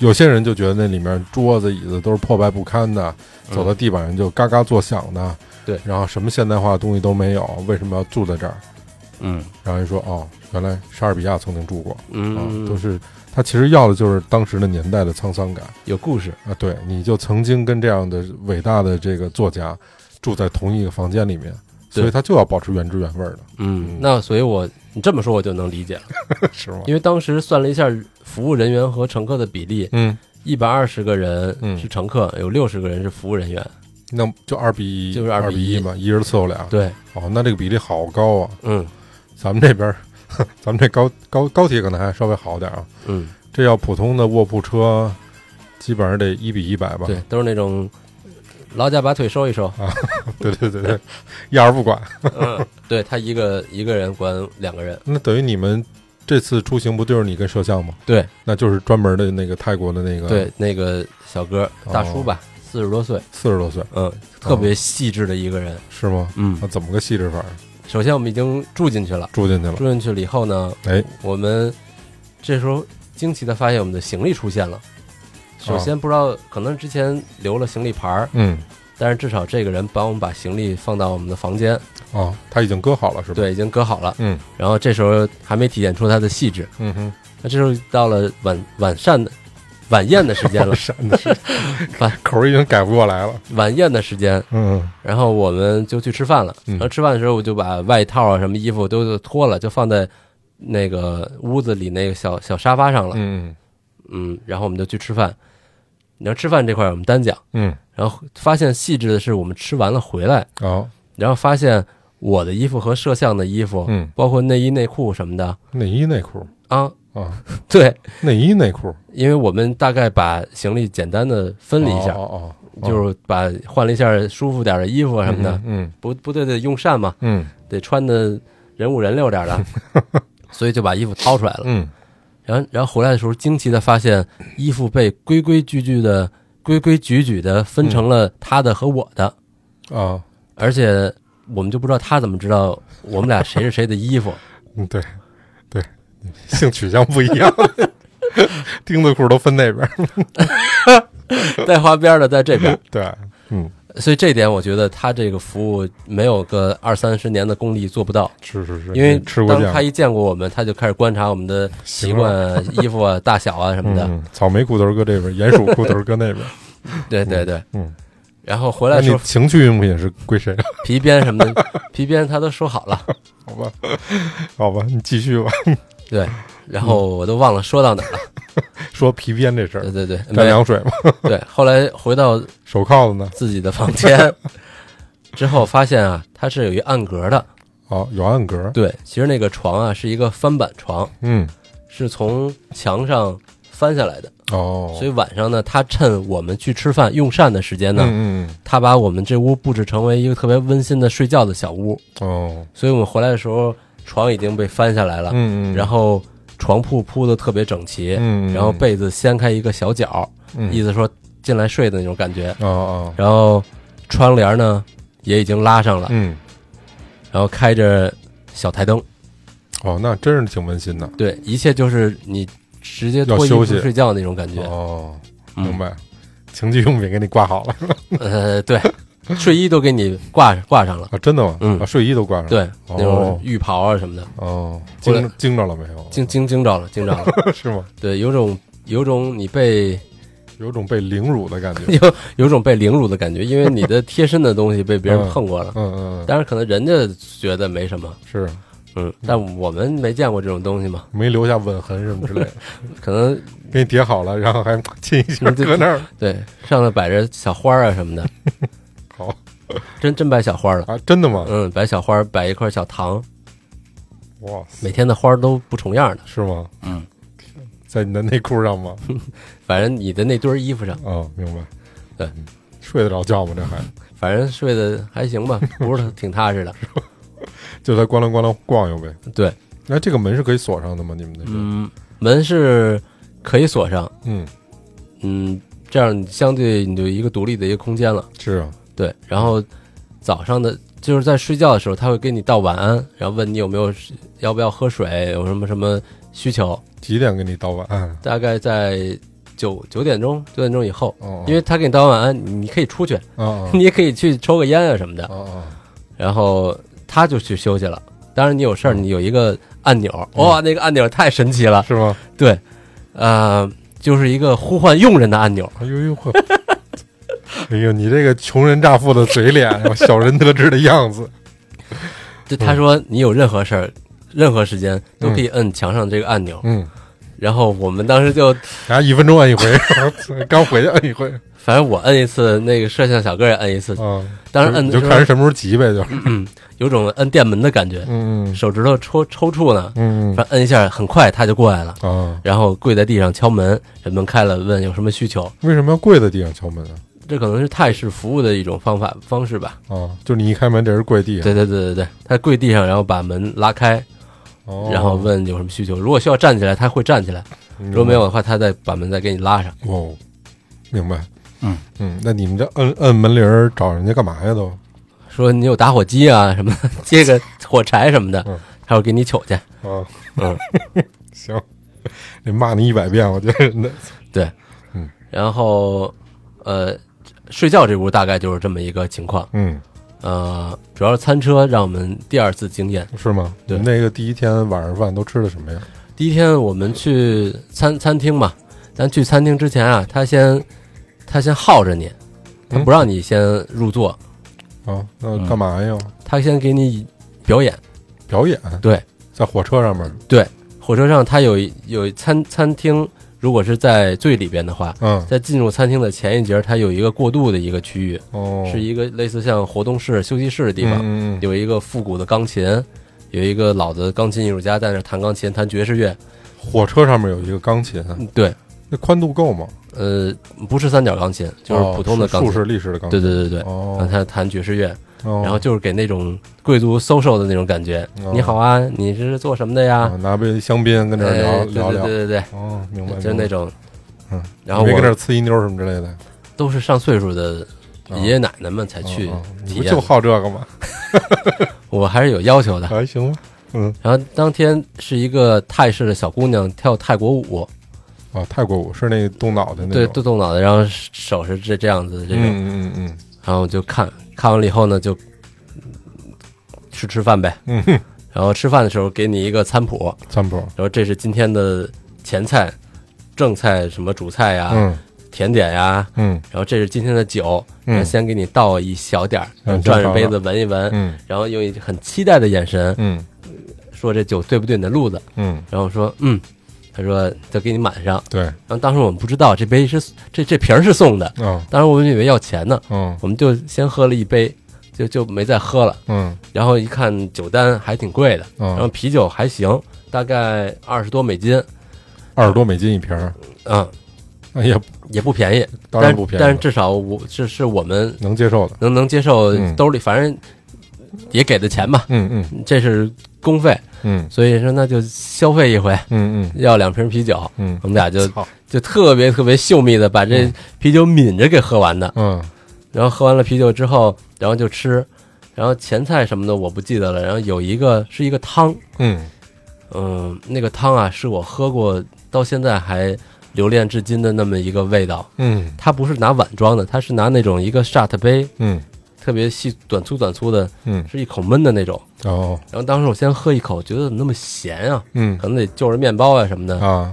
[SPEAKER 1] 有些人就觉得那里面桌子椅子都是破败不堪的，
[SPEAKER 2] 嗯
[SPEAKER 1] 走到地板上就嘎嘎作响的。
[SPEAKER 2] 对
[SPEAKER 1] 然后什么现代化的东西都没有，为什么要住在这儿？
[SPEAKER 2] 嗯
[SPEAKER 1] 然后一说哦，原来莎士比亚曾经住过啊，
[SPEAKER 2] 嗯，
[SPEAKER 1] 都是他其实要的就是当时的年代的沧桑感
[SPEAKER 2] 有故事。
[SPEAKER 1] 啊。对，你就曾经跟这样的伟大的这个作家住在同一个房间里面，
[SPEAKER 2] 对
[SPEAKER 1] 所以他就要保持原汁原
[SPEAKER 2] [laughs]
[SPEAKER 1] 味儿的，
[SPEAKER 2] 嗯，那所以我你这么说我就能理解了，
[SPEAKER 1] 是吗？
[SPEAKER 2] 因为当时算了一下服务人员和乘客的比例，
[SPEAKER 1] 嗯，
[SPEAKER 2] 一百二十个
[SPEAKER 1] 嗯
[SPEAKER 2] 人是乘客，有六十个人是服务人员。
[SPEAKER 1] 那就二比一，
[SPEAKER 2] 就是
[SPEAKER 1] 二
[SPEAKER 2] 2
[SPEAKER 1] 比
[SPEAKER 2] 比
[SPEAKER 1] 一
[SPEAKER 2] 一
[SPEAKER 1] 嘛，一人伺候俩。
[SPEAKER 2] 对，
[SPEAKER 1] 哦，那这个比例好高啊！
[SPEAKER 2] 嗯
[SPEAKER 1] 咱们这边儿，咱们这高高高铁可能还稍微好点啊。
[SPEAKER 2] 嗯，
[SPEAKER 1] 这要普通的卧铺车，基本上得一比一百吧。
[SPEAKER 2] 对，都是那种劳驾把腿收一收，
[SPEAKER 1] [laughs] 对对对对，一儿不管。
[SPEAKER 2] 嗯， [laughs] 对他一个一个人管两个人，
[SPEAKER 1] 那等于你们这次出行不就是你跟摄像吗？
[SPEAKER 2] 对
[SPEAKER 1] 那就是专门的那个泰国的那个，，
[SPEAKER 2] 对，那个小哥大叔吧，四十多岁，
[SPEAKER 1] 四十多岁
[SPEAKER 2] 哦嗯，特别细致的一个人，
[SPEAKER 1] 是吗？
[SPEAKER 2] 嗯
[SPEAKER 1] 那，怎么个细致法儿？
[SPEAKER 2] 首先我们已经住进去了，
[SPEAKER 1] 住进去了，
[SPEAKER 2] 住进去了以后呢，
[SPEAKER 1] 哎，
[SPEAKER 2] 我们这时候惊奇的发现我们的行李出现了。首先不知道，可能之前留了行李牌儿，
[SPEAKER 1] 嗯，
[SPEAKER 2] 但是至少这个人帮我们把行李放到我们的房间，
[SPEAKER 1] 哦，他已经割好了是吧？，
[SPEAKER 2] 对，已经搁好了。
[SPEAKER 1] 嗯
[SPEAKER 2] 然后这时候还没体现出它的细致。
[SPEAKER 1] 嗯哼，，
[SPEAKER 2] 那这时候到了晚晚膳的晚宴的时间了
[SPEAKER 1] 闪的是
[SPEAKER 2] 晚
[SPEAKER 1] 口儿已经改不过来了，
[SPEAKER 2] 晚宴的时间，
[SPEAKER 1] 嗯
[SPEAKER 2] 然后我们就去吃饭了。
[SPEAKER 1] 嗯
[SPEAKER 2] 然后吃饭的时候，我就把外套啊、什么衣服都脱了，就放在那个屋子里那个小小沙发上了。
[SPEAKER 1] 嗯
[SPEAKER 2] 嗯，然后我们就去吃饭。你要吃饭这块儿我们单讲，
[SPEAKER 1] 嗯，
[SPEAKER 2] 然后发现细致的是，我们吃完了回来，
[SPEAKER 1] 哦，
[SPEAKER 2] 然后发现我的衣服和摄像的衣服，
[SPEAKER 1] 嗯，
[SPEAKER 2] 包括内衣内裤什么的
[SPEAKER 1] 内衣内裤
[SPEAKER 2] 啊，
[SPEAKER 1] 啊，
[SPEAKER 2] [laughs] 对，
[SPEAKER 1] 内衣内裤
[SPEAKER 2] 因为我们大概把行李简单的分了一下，
[SPEAKER 1] 哦哦，哦
[SPEAKER 2] 就是把换了一下舒服点儿的衣服啊什么的，
[SPEAKER 1] 嗯
[SPEAKER 2] 不不对得用膳嘛，
[SPEAKER 1] 嗯
[SPEAKER 2] 得穿的人五人六点儿
[SPEAKER 1] [laughs]
[SPEAKER 2] 的，所以就把衣服掏出来了。
[SPEAKER 1] 嗯
[SPEAKER 2] 然后然后回来的时候，惊奇的发现衣服被规规矩矩的、规规矩矩的分成了他的和我的，
[SPEAKER 1] 嗯啊，
[SPEAKER 2] 而且我们就不知道他怎么知道我们俩谁是谁的
[SPEAKER 1] [laughs]
[SPEAKER 2] 衣服。
[SPEAKER 1] 嗯对对，性取向不一
[SPEAKER 2] [laughs]
[SPEAKER 1] 样，钉子裤都分那边儿，
[SPEAKER 2] 在花边的在这 [laughs] 边，
[SPEAKER 1] 对，嗯，
[SPEAKER 2] 所以这点我觉得他这个服务没有个二三十年的功力做不到，
[SPEAKER 1] 是是是，
[SPEAKER 2] 因为
[SPEAKER 1] 吃过
[SPEAKER 2] 当
[SPEAKER 1] 酱
[SPEAKER 2] 他一见过我们，他就开始观察我们的习惯啊、衣服啊、大小啊什么的。
[SPEAKER 1] 嗯，草莓裤头搁这边，鼹鼠裤头搁那
[SPEAKER 2] [laughs]
[SPEAKER 1] 边。
[SPEAKER 2] 对对对，
[SPEAKER 1] 嗯，
[SPEAKER 2] 然后回来
[SPEAKER 1] 那
[SPEAKER 2] 的时
[SPEAKER 1] 你
[SPEAKER 2] 候
[SPEAKER 1] 情趣用品是归谁？
[SPEAKER 2] 皮鞭什么
[SPEAKER 1] [laughs]
[SPEAKER 2] 的，皮鞭他都说好了。
[SPEAKER 1] 好吧， [laughs] 好吧，你继续吧。
[SPEAKER 2] 对，然后我都忘了说到哪儿了。
[SPEAKER 1] 说皮鞭这事儿
[SPEAKER 2] 对，对对，
[SPEAKER 1] 沾
[SPEAKER 2] 没有
[SPEAKER 1] 凉水吗？
[SPEAKER 2] 对。后来回到
[SPEAKER 1] 手铐子呢？
[SPEAKER 2] 自己的房间啊
[SPEAKER 1] [laughs]
[SPEAKER 2] 之后，发现啊，它是有一暗格的。
[SPEAKER 1] 哦，有暗格。
[SPEAKER 2] 对，其实那个床啊是一个翻板床，
[SPEAKER 1] 嗯，
[SPEAKER 2] 是从墙上翻下来的。
[SPEAKER 1] 哦，
[SPEAKER 2] 所以晚上呢，他趁我们去吃饭用膳的时间呢，
[SPEAKER 1] 嗯嗯
[SPEAKER 2] 他把我们这屋布置成为一个特别温馨的睡觉的小屋。
[SPEAKER 1] 嗯，哦，
[SPEAKER 2] 所以我们回来的时候，床已经被翻下来了，
[SPEAKER 1] 嗯嗯，
[SPEAKER 2] 然后床铺铺的特别整齐，
[SPEAKER 1] 嗯，嗯
[SPEAKER 2] 然后被子掀开一个小角，
[SPEAKER 1] 嗯
[SPEAKER 2] 意思说进来睡的那种感觉。
[SPEAKER 1] 哦哦，
[SPEAKER 2] 然后窗帘呢也已经拉上了，
[SPEAKER 1] 嗯，
[SPEAKER 2] 然后开着小台灯，
[SPEAKER 1] 哦，那真是挺温馨的。
[SPEAKER 2] 对，一切就是你直接
[SPEAKER 1] 要
[SPEAKER 2] 脱衣
[SPEAKER 1] 休
[SPEAKER 2] 服
[SPEAKER 1] 息
[SPEAKER 2] 睡觉那种感觉。
[SPEAKER 1] 哦，
[SPEAKER 2] 嗯
[SPEAKER 1] 明白。情趣用品给你挂好
[SPEAKER 2] [laughs]
[SPEAKER 1] 了
[SPEAKER 2] [laughs] 呃，对，睡衣都给你挂挂上了，
[SPEAKER 1] 啊？真的吗？
[SPEAKER 2] 嗯
[SPEAKER 1] 啊睡衣都挂上了。
[SPEAKER 2] 对，
[SPEAKER 1] 哦
[SPEAKER 2] 那种浴袍啊什么的，
[SPEAKER 1] 哦，
[SPEAKER 2] 后来
[SPEAKER 1] 惊惊着了没有？
[SPEAKER 2] 惊惊惊着了，惊着了。
[SPEAKER 1] [laughs]
[SPEAKER 2] [laughs]
[SPEAKER 1] 是吗？
[SPEAKER 2] 对，有种有种你被 [laughs]
[SPEAKER 1] 有种被凌辱的感觉。
[SPEAKER 2] 有有种被凌辱的感觉，因为你的贴身的东西被别人碰过了。
[SPEAKER 1] 嗯嗯，嗯
[SPEAKER 2] 当然，可能人家觉得没什么，
[SPEAKER 1] 是
[SPEAKER 2] 嗯，但我们没见过这种东西嘛，
[SPEAKER 1] 没留下吻痕什么之类的，
[SPEAKER 2] [laughs] 可能
[SPEAKER 1] 给你叠好了，然后还亲一下，
[SPEAKER 2] 嗯对
[SPEAKER 1] 搁那儿
[SPEAKER 2] 对上头摆着小花啊什么的，
[SPEAKER 1] 好
[SPEAKER 2] 真真摆小花了，
[SPEAKER 1] 啊，真的吗？
[SPEAKER 2] 嗯，摆小花，摆一块小糖，嗯
[SPEAKER 1] 哇塞，
[SPEAKER 2] 每天的花都不重样的，
[SPEAKER 1] 是吗？
[SPEAKER 3] 嗯，
[SPEAKER 1] 在你的内裤上吗？
[SPEAKER 2] 嗯反正你的那堆衣服上，
[SPEAKER 1] 啊，明白。
[SPEAKER 2] 对
[SPEAKER 1] 嗯，睡得着觉吗？这还
[SPEAKER 2] 反正睡得还行吧，不是挺踏实的，嗯
[SPEAKER 1] 就在咣啷咣啷逛悠呗。
[SPEAKER 2] 对，
[SPEAKER 1] 那这个门是可以锁上的吗？你们那边？
[SPEAKER 2] 嗯，门是可以锁上，
[SPEAKER 1] 嗯，
[SPEAKER 2] 嗯，这样你相对你就一个独立的一个空间了。
[SPEAKER 1] 是啊，
[SPEAKER 2] 对，然后早上的就是在睡觉的时候，他会给你道晚安，然后问你有没有要不要喝水，有什么什么需求，
[SPEAKER 1] 几点给你道晚啊安？
[SPEAKER 2] 大概在九九点钟九点钟以后，
[SPEAKER 1] 哦，
[SPEAKER 2] 因为他给你道晚安，你你可以出去， [laughs]
[SPEAKER 1] 啊
[SPEAKER 2] 你也可以去抽个烟啊什么
[SPEAKER 1] 啊
[SPEAKER 2] 的，
[SPEAKER 1] 啊
[SPEAKER 2] 然后他就去休息了。当然，你有事儿，你有一个按钮，哇、那个按钮太神奇
[SPEAKER 1] 啊，
[SPEAKER 2] 了，
[SPEAKER 1] 是吗？
[SPEAKER 2] 对，呃，就是一个呼唤佣人的按钮，
[SPEAKER 1] 哎呦呦呵， [laughs] 哎呦，你这个穷人乍富的嘴脸，小人得志的样子，
[SPEAKER 2] 就他说你有任何事儿、任何时间都可以摁墙上这个按钮，
[SPEAKER 1] 嗯，
[SPEAKER 2] 然后我们当时就，
[SPEAKER 1] 然后一分钟摁一回， [laughs] 刚回去摁一回，
[SPEAKER 2] 反正我摁一次，那个摄像小哥也摁一次，
[SPEAKER 1] 啊，
[SPEAKER 2] 当时嗯摁
[SPEAKER 1] 你
[SPEAKER 2] 的
[SPEAKER 1] 就
[SPEAKER 2] 时
[SPEAKER 1] 看人
[SPEAKER 2] 候
[SPEAKER 1] 什么时候急呗，就是，
[SPEAKER 2] 有种摁电门的感觉，
[SPEAKER 1] 嗯
[SPEAKER 2] 手指头抽抽搐呢，
[SPEAKER 1] 嗯
[SPEAKER 2] 反正摁一下，很快他就过来了，
[SPEAKER 1] 嗯啊，
[SPEAKER 2] 然后跪在地上敲门，人门开了，问有什么需求，
[SPEAKER 1] 为什么要跪在地上敲门啊？
[SPEAKER 2] 这可能是泰式服务的一种方法方式吧？
[SPEAKER 1] 啊，就是你一开门，这是跪地上，
[SPEAKER 2] 对对对对对，他跪地上，然后把门拉开，
[SPEAKER 1] 哦
[SPEAKER 2] 然后，问有什么需求，如果需要站起来，他会站起来，
[SPEAKER 1] 明白
[SPEAKER 2] 如果没有的话，他再把门再给你拉上。
[SPEAKER 1] 哦，明白，
[SPEAKER 3] 嗯
[SPEAKER 1] 嗯，那你们这摁摁门铃儿找人家干嘛呀都？
[SPEAKER 2] 说你有打火机啊什么的， [laughs] 接个火柴什么的
[SPEAKER 1] 嗯，
[SPEAKER 2] 他说给你取去。
[SPEAKER 1] 啊，
[SPEAKER 2] 嗯，
[SPEAKER 1] 行， [laughs] 得骂你一百遍，我觉得那
[SPEAKER 2] 对，
[SPEAKER 1] 嗯，
[SPEAKER 2] 然后呃，睡觉这屋大概就是这么一个情况。
[SPEAKER 1] 嗯，
[SPEAKER 2] 呃，主要是餐车让我们第二次经验。
[SPEAKER 1] 是吗？
[SPEAKER 2] 对
[SPEAKER 1] 那个第一天晚上饭都吃的什么呀？
[SPEAKER 2] 第一天我们去餐餐厅嘛，咱去餐厅之前啊，他先他先耗着你，他
[SPEAKER 1] 嗯
[SPEAKER 2] 不让你先入座，
[SPEAKER 1] 啊，那
[SPEAKER 2] 嗯
[SPEAKER 1] 干嘛呀？
[SPEAKER 2] 他先给你表演。
[SPEAKER 1] 表演？
[SPEAKER 2] 对，
[SPEAKER 1] 在火车上面。
[SPEAKER 2] 火车上他有一有一餐餐厅，如果是在最里边的话，
[SPEAKER 1] 嗯，
[SPEAKER 2] 在进入餐厅的前一节，它有一个过渡的一个区域，
[SPEAKER 1] 哦，
[SPEAKER 2] 是一个类似像活动室、休息室的地方，
[SPEAKER 1] 嗯嗯嗯
[SPEAKER 2] 有一个复古的钢琴，有一个老的钢琴艺术家在那弹钢琴、弹爵士乐。
[SPEAKER 1] 火车上面有一个钢琴，
[SPEAKER 2] 嗯对，
[SPEAKER 1] 那宽度够吗？
[SPEAKER 2] 呃，不是三角钢琴，就是普通的
[SPEAKER 1] 哦是
[SPEAKER 2] 钢
[SPEAKER 1] 竖
[SPEAKER 2] 琴。
[SPEAKER 1] 式立式的钢
[SPEAKER 2] 对
[SPEAKER 1] 琴。
[SPEAKER 2] 对对对，然后
[SPEAKER 1] 哦，
[SPEAKER 2] 他弹爵士乐，
[SPEAKER 1] 哦
[SPEAKER 2] 然后就是给那种贵族 social 的那种感觉。
[SPEAKER 1] 哦
[SPEAKER 2] 你好啊，你是做什么的呀
[SPEAKER 1] 啊？拿杯香槟跟这儿聊
[SPEAKER 2] 哎
[SPEAKER 1] 聊
[SPEAKER 2] 对
[SPEAKER 1] 聊。
[SPEAKER 2] 对对对
[SPEAKER 1] 哦，明白
[SPEAKER 2] 对，。就是那种，
[SPEAKER 1] 嗯，
[SPEAKER 2] 然后
[SPEAKER 1] 没
[SPEAKER 2] 我
[SPEAKER 1] 跟这儿呲一妞什么之类的。
[SPEAKER 2] 都是上岁数的
[SPEAKER 1] 哦
[SPEAKER 2] 爷爷奶奶们才去
[SPEAKER 1] 哦哦你
[SPEAKER 2] 体
[SPEAKER 1] 不
[SPEAKER 2] 验
[SPEAKER 1] 就
[SPEAKER 2] 的，
[SPEAKER 1] 好这个
[SPEAKER 2] [laughs]
[SPEAKER 1] 吗？
[SPEAKER 2] 我还是有
[SPEAKER 1] [laughs]
[SPEAKER 2] 要求的。
[SPEAKER 1] 还行吧。嗯，
[SPEAKER 2] 然后当天是一个泰式的小姑娘跳泰国舞，
[SPEAKER 1] 啊，泰国舞是那个动脑的那
[SPEAKER 2] 对，
[SPEAKER 1] 种。
[SPEAKER 2] 动动脑袋，然后手是这这样子的这种，
[SPEAKER 1] 嗯嗯嗯
[SPEAKER 2] 然后我就看看完了以后呢，就吃吃饭呗。
[SPEAKER 1] 嗯嗯，
[SPEAKER 2] 然后吃饭的时候给你一个餐谱，
[SPEAKER 1] 三步。
[SPEAKER 2] 然后这是今天的前菜、正菜、什么主菜呀、
[SPEAKER 1] 嗯
[SPEAKER 2] 甜点呀，
[SPEAKER 1] 嗯
[SPEAKER 2] 然后这是今天的酒，
[SPEAKER 1] 嗯
[SPEAKER 2] 然后先给你倒一小点儿，
[SPEAKER 1] 嗯
[SPEAKER 2] 转着杯子闻一闻，
[SPEAKER 1] 嗯
[SPEAKER 2] 然后用一很期待的眼神
[SPEAKER 1] 嗯
[SPEAKER 2] 说这酒对不对你的路子，
[SPEAKER 1] 嗯，
[SPEAKER 2] 然后说嗯，他说再给你满上。
[SPEAKER 1] 对。
[SPEAKER 2] 然后当时我们不知道这杯是这这瓶儿是送的，
[SPEAKER 1] 啊
[SPEAKER 2] 当时我们以为要钱呢，
[SPEAKER 1] 嗯
[SPEAKER 2] 我们就先喝了一杯，就就没再喝了。
[SPEAKER 1] 嗯
[SPEAKER 2] 然后一看酒单还挺贵的，然后
[SPEAKER 1] 嗯，
[SPEAKER 2] 啤酒还行，大概二十多美金，
[SPEAKER 1] 二十多美金一瓶儿，
[SPEAKER 2] 嗯，
[SPEAKER 1] 那也
[SPEAKER 2] 也不便宜，
[SPEAKER 1] 当然
[SPEAKER 2] 但
[SPEAKER 1] 不便宜了
[SPEAKER 2] 但是至少我这是我们
[SPEAKER 1] 能接受的。
[SPEAKER 2] 能能接受
[SPEAKER 1] 嗯，
[SPEAKER 2] 兜里反正也给的钱嘛，
[SPEAKER 1] 嗯嗯
[SPEAKER 2] 这是公费，
[SPEAKER 1] 嗯
[SPEAKER 2] 所以说那就消费一回，
[SPEAKER 1] 嗯
[SPEAKER 2] 要两瓶啤酒，
[SPEAKER 1] 嗯
[SPEAKER 2] 我们俩就
[SPEAKER 1] 嗯，好，
[SPEAKER 2] 就特别特别秀密的把这啤酒抿着给喝完的。
[SPEAKER 1] 嗯
[SPEAKER 2] 然后喝完了啤酒之后，然后就吃，然后前菜什么的我不记得了。然后有一个是一个汤，
[SPEAKER 1] 嗯
[SPEAKER 2] 嗯，那个汤啊是我喝过到现在还留恋至今的那么一个味道。
[SPEAKER 1] 嗯
[SPEAKER 2] 它不是拿碗装的，它是拿那种一个 shot 杯，
[SPEAKER 1] 嗯
[SPEAKER 2] 特别细短粗短粗的，
[SPEAKER 1] 嗯，
[SPEAKER 2] 是一口闷的那种。
[SPEAKER 1] 哦
[SPEAKER 2] 然后当时我先喝一口，觉得怎么那么咸啊？
[SPEAKER 1] 嗯
[SPEAKER 2] 可能得就着面包啊什么的。
[SPEAKER 1] 啊，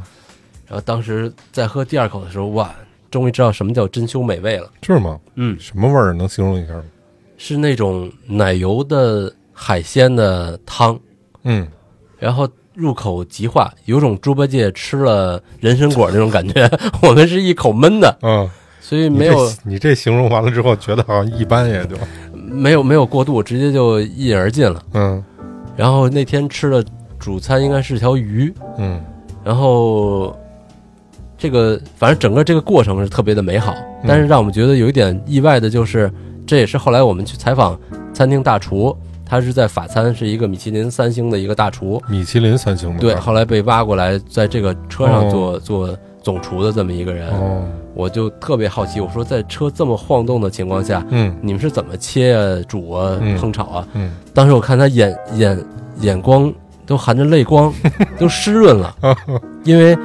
[SPEAKER 2] 然后当时在喝第二口的时候，哇，终于知道什么叫珍馐美味了。
[SPEAKER 1] 是吗？
[SPEAKER 2] 嗯，
[SPEAKER 1] 什么味儿？能形容一下吗？
[SPEAKER 2] 是那种奶油的海鲜的汤，
[SPEAKER 1] 嗯，
[SPEAKER 2] 然后入口即化，有种猪八戒吃了人参果那种感觉。 [laughs] 我们是一口闷的，
[SPEAKER 1] 嗯，
[SPEAKER 2] 所以
[SPEAKER 1] 你
[SPEAKER 2] 没有
[SPEAKER 1] 这你这形容完了之后，觉得好像一般也就，
[SPEAKER 2] 没有没有过渡，直接就一饮而尽了。
[SPEAKER 1] 嗯
[SPEAKER 2] 然后那天吃的主餐应该是条鱼，
[SPEAKER 1] 嗯
[SPEAKER 2] 然后这个反正整个这个过程是特别的美好，但是让我们觉得有一点意外的就是，这也是后来我们去采访餐厅大厨，他是在法餐是一个米其林三星的一个大厨，
[SPEAKER 1] 米其林三星的
[SPEAKER 2] 对，
[SPEAKER 1] 是吧
[SPEAKER 2] 后来被挖过来，在这个车上做做总厨的这么一个人，
[SPEAKER 1] 哦，
[SPEAKER 2] 我就特别好奇，我说在车这么晃动的情况下，
[SPEAKER 1] 嗯
[SPEAKER 2] 你们是怎么切啊、煮啊、
[SPEAKER 1] 嗯
[SPEAKER 2] 烹炒啊？
[SPEAKER 1] 嗯
[SPEAKER 2] 当时我看他眼眼眼光都含着
[SPEAKER 1] [laughs]
[SPEAKER 2] 泪光，都湿润了，
[SPEAKER 1] 哦
[SPEAKER 2] 因为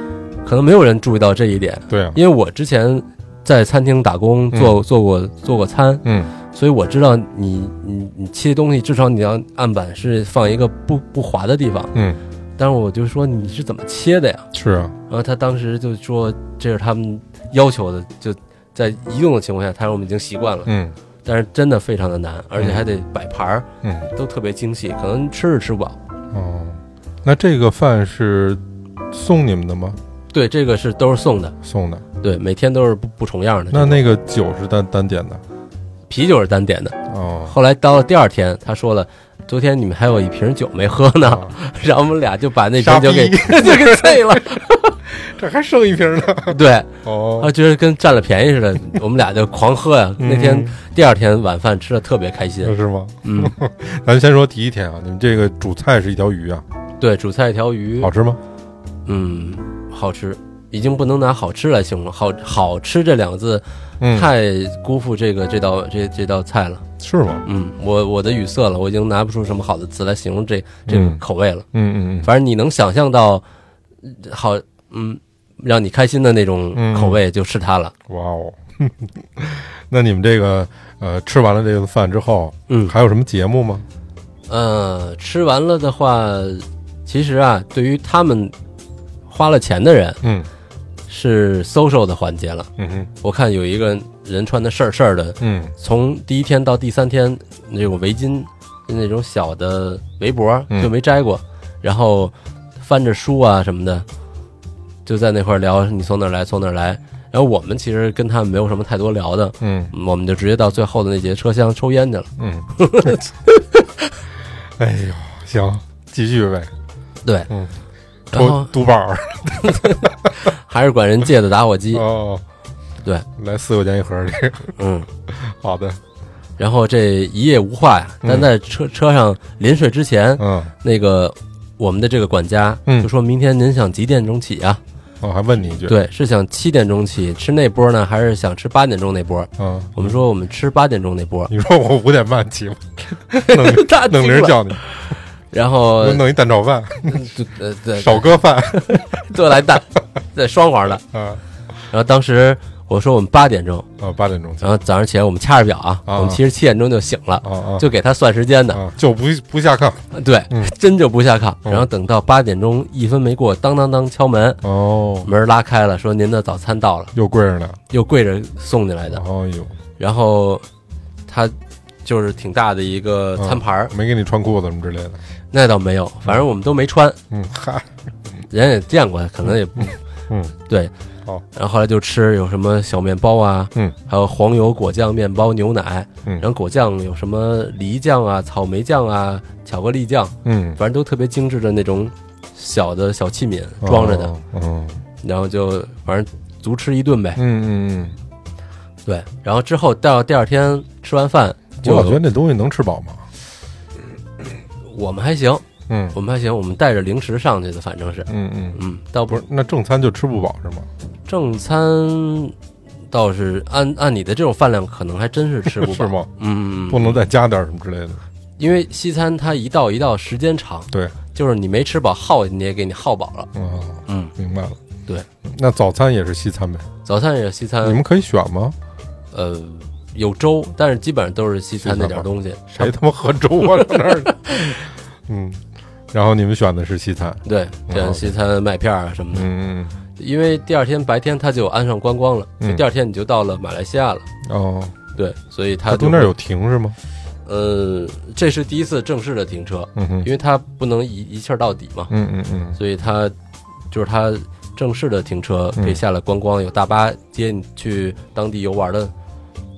[SPEAKER 2] 可能没有人注意到这一点。
[SPEAKER 1] 对啊，
[SPEAKER 2] 因为我之前在餐厅打工，做做过做过餐，
[SPEAKER 1] 嗯
[SPEAKER 2] 所以我知道你你你切东西，至少你要案板是放一个不不滑的地方。
[SPEAKER 1] 嗯
[SPEAKER 2] 但是我就说你是怎么切的呀？
[SPEAKER 1] 是啊，
[SPEAKER 2] 然后他当时就说这是他们要求的，就在移动的情况下，他说我们已经习惯了，
[SPEAKER 1] 嗯
[SPEAKER 2] 但是真的非常的难，而且还得摆盘儿，
[SPEAKER 1] 嗯
[SPEAKER 2] 都特别精细，可能吃是吃不饱。
[SPEAKER 1] 哦，那这个饭是送你们的吗？
[SPEAKER 2] 对，这个是都是送的，
[SPEAKER 1] 送的。
[SPEAKER 2] 对，每天都是不不重样的。
[SPEAKER 1] 那
[SPEAKER 2] 这种
[SPEAKER 1] 那个酒是单单点的
[SPEAKER 2] 啤酒是单点的。
[SPEAKER 1] 哦。
[SPEAKER 2] 后来到了第二天，他说了，昨天你们还有一瓶酒没喝呢，
[SPEAKER 1] 啊
[SPEAKER 2] [laughs] 然后我们俩就把那
[SPEAKER 1] 傻
[SPEAKER 2] 瓶酒给 [laughs]
[SPEAKER 1] 逼
[SPEAKER 2] 就给
[SPEAKER 1] [laughs]
[SPEAKER 2] 碎了。
[SPEAKER 1] 这还剩一瓶呢。
[SPEAKER 2] 对，
[SPEAKER 1] [laughs] 哦，
[SPEAKER 2] 他觉得啊跟占了便宜似的，我们俩就狂喝呀。那天
[SPEAKER 1] 嗯
[SPEAKER 2] 第二天晚饭吃的特别开心，
[SPEAKER 1] 是吗？
[SPEAKER 2] 嗯，
[SPEAKER 1] 咱先说第一天啊，你们这个主菜是一条鱼啊，
[SPEAKER 2] 对，主菜一条鱼
[SPEAKER 1] 好，吃吗？
[SPEAKER 2] 嗯，好吃，已经不能拿好吃来形容，好好吃这两个字
[SPEAKER 1] 嗯，
[SPEAKER 2] 太辜负这个这道这这道菜了。
[SPEAKER 1] 是吗？
[SPEAKER 2] 嗯，我我的语塞了，我已经拿不出什么好的词来形容这这个
[SPEAKER 1] 嗯
[SPEAKER 2] 口味了。
[SPEAKER 1] 嗯嗯
[SPEAKER 2] 反正你能想象到，嗯好，嗯，让你开心的那种
[SPEAKER 1] 嗯
[SPEAKER 2] 口味就是它了。
[SPEAKER 1] 嗯，哇哦。 [laughs] 那你们这个呃吃完了这顿饭之后，
[SPEAKER 2] 嗯，
[SPEAKER 1] 还有什么节目吗？
[SPEAKER 2] 呃，吃完了的话，其实啊，对于他们花了钱的人
[SPEAKER 1] 嗯
[SPEAKER 2] 是 social 的环节了。
[SPEAKER 1] 嗯哼
[SPEAKER 2] 我看有一个人穿的事儿事儿的，
[SPEAKER 1] 嗯
[SPEAKER 2] 从第一天到第三天，那种围巾那种小的围脖
[SPEAKER 1] 嗯
[SPEAKER 2] 就没摘过，然后翻着书啊什么的，就在那块儿聊你从哪儿来，从哪儿来。然后我们其实跟他们没有什么太多聊的，
[SPEAKER 1] 嗯
[SPEAKER 2] 我们就直接到最后的那节车厢抽烟去了。
[SPEAKER 1] 嗯。哎呦，行，继续呗。
[SPEAKER 2] 对，
[SPEAKER 1] 嗯，
[SPEAKER 2] 然后
[SPEAKER 1] 抽督宝儿
[SPEAKER 2] 还是管人借的打火机，
[SPEAKER 1] 哦，
[SPEAKER 2] 对，
[SPEAKER 1] 来四块钱一盒儿这个。
[SPEAKER 2] 嗯。
[SPEAKER 1] 好的，
[SPEAKER 2] 然后这一夜无话呀，但在车车上临睡之前，
[SPEAKER 1] 嗯，
[SPEAKER 2] 那个我们的这个管家
[SPEAKER 1] 嗯
[SPEAKER 2] 就说明天您想几点钟起啊？
[SPEAKER 1] 我还问你一句，，
[SPEAKER 2] 对，是想七点钟起吃那波呢，还是想吃八点钟那波？
[SPEAKER 1] 嗯，，
[SPEAKER 2] 我们说我们吃八点钟那波
[SPEAKER 1] 你说我五点半起吗？
[SPEAKER 2] [laughs]
[SPEAKER 1] 弄
[SPEAKER 2] 他
[SPEAKER 1] 弄
[SPEAKER 2] 惊
[SPEAKER 1] 铃儿
[SPEAKER 2] 了
[SPEAKER 1] 叫你，
[SPEAKER 2] 然后
[SPEAKER 1] 我弄一蛋炒饭，
[SPEAKER 2] 就呃对，
[SPEAKER 1] [laughs] 少搁饭
[SPEAKER 2] 就来蛋， [laughs] 对双黄的。
[SPEAKER 1] 啊
[SPEAKER 2] 然后当时我说我们八点钟，
[SPEAKER 1] 啊，八点钟起
[SPEAKER 2] 然后早上起来我们掐着表啊，
[SPEAKER 1] 啊
[SPEAKER 2] 我们其实七点钟就醒了，
[SPEAKER 1] 啊啊，
[SPEAKER 2] 就给他算时间的，
[SPEAKER 1] 啊就不不下炕
[SPEAKER 2] [laughs] 对，真就不下炕。
[SPEAKER 1] 嗯
[SPEAKER 2] 然后等到八点钟一分没过，当当当敲门，
[SPEAKER 1] 哦，
[SPEAKER 2] 门拉开了，说您的早餐到了，
[SPEAKER 1] 又跪着呢，
[SPEAKER 2] 又跪着送进来的。
[SPEAKER 1] 哦呦，
[SPEAKER 2] 然后他就是挺大的一个餐盘儿，
[SPEAKER 1] 没给你穿裤子什么之类的，
[SPEAKER 2] 那倒没有，反正我们都没穿，
[SPEAKER 1] 嗯，嗨，
[SPEAKER 2] 人也见过，可能也不
[SPEAKER 1] 嗯，
[SPEAKER 2] [laughs] 对。
[SPEAKER 1] 好，
[SPEAKER 2] 然后后来就吃有什么小面包啊，
[SPEAKER 1] 嗯，
[SPEAKER 2] 还有黄油果酱面包、牛奶，
[SPEAKER 1] 嗯
[SPEAKER 2] 然后果酱有什么梨酱啊、草莓酱啊、巧克力酱，
[SPEAKER 1] 嗯，
[SPEAKER 2] 反正都特别精致的那种小的小器皿装着的，
[SPEAKER 1] 哦，哦
[SPEAKER 2] 然后就反正足吃一顿呗。
[SPEAKER 1] 嗯嗯嗯，
[SPEAKER 2] 对，然后之后到第二天吃完饭就
[SPEAKER 1] 我老觉得那东西能吃饱吗？
[SPEAKER 2] 我们还行，
[SPEAKER 1] 嗯
[SPEAKER 2] 我们还行，我们带着零食上去的，反正是，
[SPEAKER 1] 嗯嗯，
[SPEAKER 2] 嗯，倒不
[SPEAKER 1] 不
[SPEAKER 2] 是
[SPEAKER 1] 是，那正餐就吃不饱是吗？
[SPEAKER 2] 正餐，倒是按按你的这种饭量，可能还真是吃
[SPEAKER 1] [laughs]
[SPEAKER 2] 不
[SPEAKER 1] 是
[SPEAKER 2] 饱，
[SPEAKER 1] 吗？
[SPEAKER 2] 嗯，嗯
[SPEAKER 1] 不
[SPEAKER 2] 嗯，
[SPEAKER 1] 能再加点儿什么之类的，
[SPEAKER 2] 因为西餐它一道一道时间长，
[SPEAKER 1] 对，
[SPEAKER 2] 就是你没吃饱耗，你也给你耗饱了。
[SPEAKER 1] 嗯，
[SPEAKER 2] 嗯，
[SPEAKER 1] 明白了。
[SPEAKER 2] 对，
[SPEAKER 1] 那早餐也是西餐呗？
[SPEAKER 2] 早餐也是西
[SPEAKER 1] 你
[SPEAKER 2] 餐，
[SPEAKER 1] 们可以选吗？
[SPEAKER 2] 呃，有粥，但是基本上都是西餐
[SPEAKER 1] 西餐
[SPEAKER 2] 那点
[SPEAKER 1] 吧
[SPEAKER 2] 东西。
[SPEAKER 1] 谁他妈喝粥
[SPEAKER 2] [laughs]
[SPEAKER 1] 啊？上那儿，嗯，然后你们选的是西餐，
[SPEAKER 2] 对，这样
[SPEAKER 1] 嗯
[SPEAKER 2] 西餐麦片啊什么的，
[SPEAKER 1] 嗯嗯
[SPEAKER 2] 因为第二天白天它就岸上观光了，
[SPEAKER 1] 嗯
[SPEAKER 2] 就第二天你就到了马来西亚了。
[SPEAKER 1] 嗯，哦，
[SPEAKER 2] 对，所以
[SPEAKER 1] 它
[SPEAKER 2] 它就
[SPEAKER 1] 中
[SPEAKER 2] 会
[SPEAKER 1] 间有停是吗？
[SPEAKER 2] 呃，这是第一次正式的停车，
[SPEAKER 1] 嗯哼
[SPEAKER 2] 因，为它不能一一气儿到底嘛，
[SPEAKER 1] 嗯嗯嗯，
[SPEAKER 2] 所以它就是它正式的停车
[SPEAKER 1] 嗯
[SPEAKER 2] 可以下来观光，有大巴接你去当地游玩的，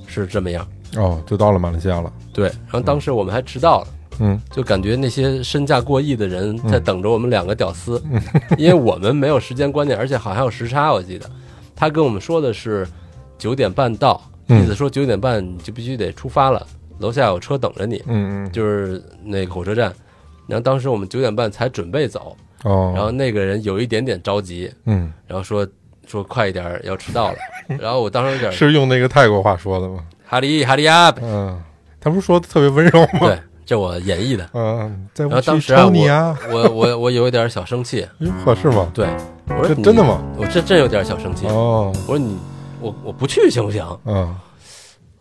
[SPEAKER 2] 是这么样。
[SPEAKER 1] 哦，就到了马来西亚了，
[SPEAKER 2] 对，然后当时我们还迟到了。
[SPEAKER 1] 嗯
[SPEAKER 2] 就感觉那些身价过亿的人在等着我们两个屌丝，
[SPEAKER 1] 嗯
[SPEAKER 2] 因为我们没有时间观念，而且好像有时差，我记得他跟我们说的是九点半到，
[SPEAKER 1] 嗯
[SPEAKER 2] 意思说九点半你就必须得出发了，楼下有车等着你，
[SPEAKER 1] 嗯嗯，
[SPEAKER 2] 就是那个火车站。然后当时我们九点半才准备走，
[SPEAKER 1] 哦，
[SPEAKER 2] 然后那个人有一点点着急，
[SPEAKER 1] 嗯，
[SPEAKER 2] 然后说说快一点儿要
[SPEAKER 1] [laughs]
[SPEAKER 2] 迟到了，然后我当时有点
[SPEAKER 1] 是用那个泰国话说的吗？
[SPEAKER 2] 哈利哈利呀，
[SPEAKER 1] [laughs] 嗯，他不是说的特别温柔吗？
[SPEAKER 2] 对，这我演绎的。
[SPEAKER 1] 嗯，在
[SPEAKER 2] 然
[SPEAKER 1] 我
[SPEAKER 2] 后
[SPEAKER 1] 去
[SPEAKER 2] 当时啊，
[SPEAKER 1] 抽你
[SPEAKER 2] 我
[SPEAKER 1] 啊，
[SPEAKER 2] 我我我有一点小生气，
[SPEAKER 1] 哟呵，是吗？
[SPEAKER 2] 对，我
[SPEAKER 1] 这
[SPEAKER 2] 说你
[SPEAKER 1] 真的？吗？
[SPEAKER 2] 我这真有点小生气。
[SPEAKER 1] 哦，
[SPEAKER 2] 我说你，我我不去行不行？
[SPEAKER 1] 嗯，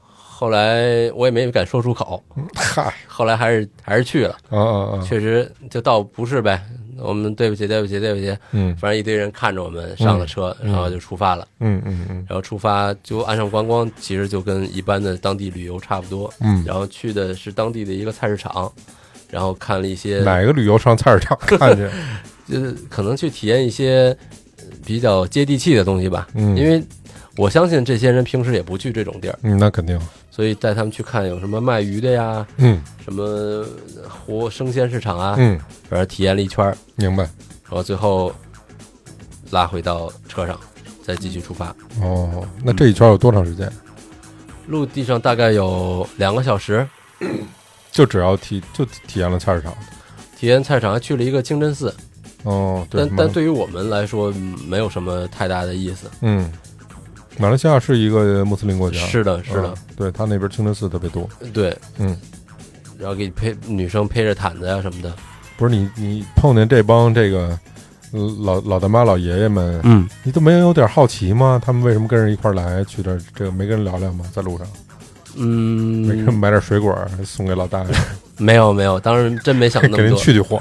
[SPEAKER 2] 后来我也没敢说出口，
[SPEAKER 1] 嗨，
[SPEAKER 2] 后来还是还是去了，
[SPEAKER 1] 啊啊啊，
[SPEAKER 2] 确实就到不是呗。我们对不起，对不起，对不起，
[SPEAKER 1] 嗯
[SPEAKER 2] 反正一堆人看着我们上了车，然后就出发了。
[SPEAKER 1] 嗯嗯嗯
[SPEAKER 2] 然后出发就岸上观光，其实就跟一般的当地旅游差不多。
[SPEAKER 1] 嗯，
[SPEAKER 2] 然后去的是当地的一个菜市场，然后看了一些，
[SPEAKER 1] 哪个旅游上菜市场看
[SPEAKER 2] [laughs]
[SPEAKER 1] 去？
[SPEAKER 2] 就是可能去体验一些呃比较接地气的东西吧。
[SPEAKER 1] 嗯
[SPEAKER 2] 因为我相信这些人平时也不去这种地儿，
[SPEAKER 1] 嗯，那肯定。
[SPEAKER 2] 所以带他们去看有什么卖鱼的呀，
[SPEAKER 1] 嗯
[SPEAKER 2] 什么活生鲜市场啊，
[SPEAKER 1] 嗯，
[SPEAKER 2] 反正体验了一圈儿，
[SPEAKER 1] 明白。
[SPEAKER 2] 然后最后拉回到车上，再继续出发。
[SPEAKER 1] 哦，那这一圈有多长时间？
[SPEAKER 2] 陆地上大概有两个小时，
[SPEAKER 1] 就只要体就体验了菜市场。
[SPEAKER 2] 体验菜市场，还去了一个清真寺，
[SPEAKER 1] 哦，对，
[SPEAKER 2] 但但对于我们来说嗯没有什么太大的意思。
[SPEAKER 1] 嗯，马来西亚是一个穆斯林国家，
[SPEAKER 2] 是的，是的
[SPEAKER 1] 嗯，，对他那边清真寺特别多。
[SPEAKER 2] 对，
[SPEAKER 1] 嗯，
[SPEAKER 2] 然后给你配女生配着毯子呀、什么的，
[SPEAKER 1] 不是你你碰见这帮这个呃老老大妈老爷爷们，
[SPEAKER 2] 嗯，
[SPEAKER 1] 你都没有点好奇吗？他们为什么跟人一块儿来去这儿这个没跟人聊聊吗？在路上没跟人
[SPEAKER 2] 嗯，
[SPEAKER 1] 买点水果儿送给老大爷，
[SPEAKER 2] 没有没有，当然真没想那
[SPEAKER 1] 给 [laughs]
[SPEAKER 2] 么
[SPEAKER 1] 人
[SPEAKER 2] 多，
[SPEAKER 1] 去去火。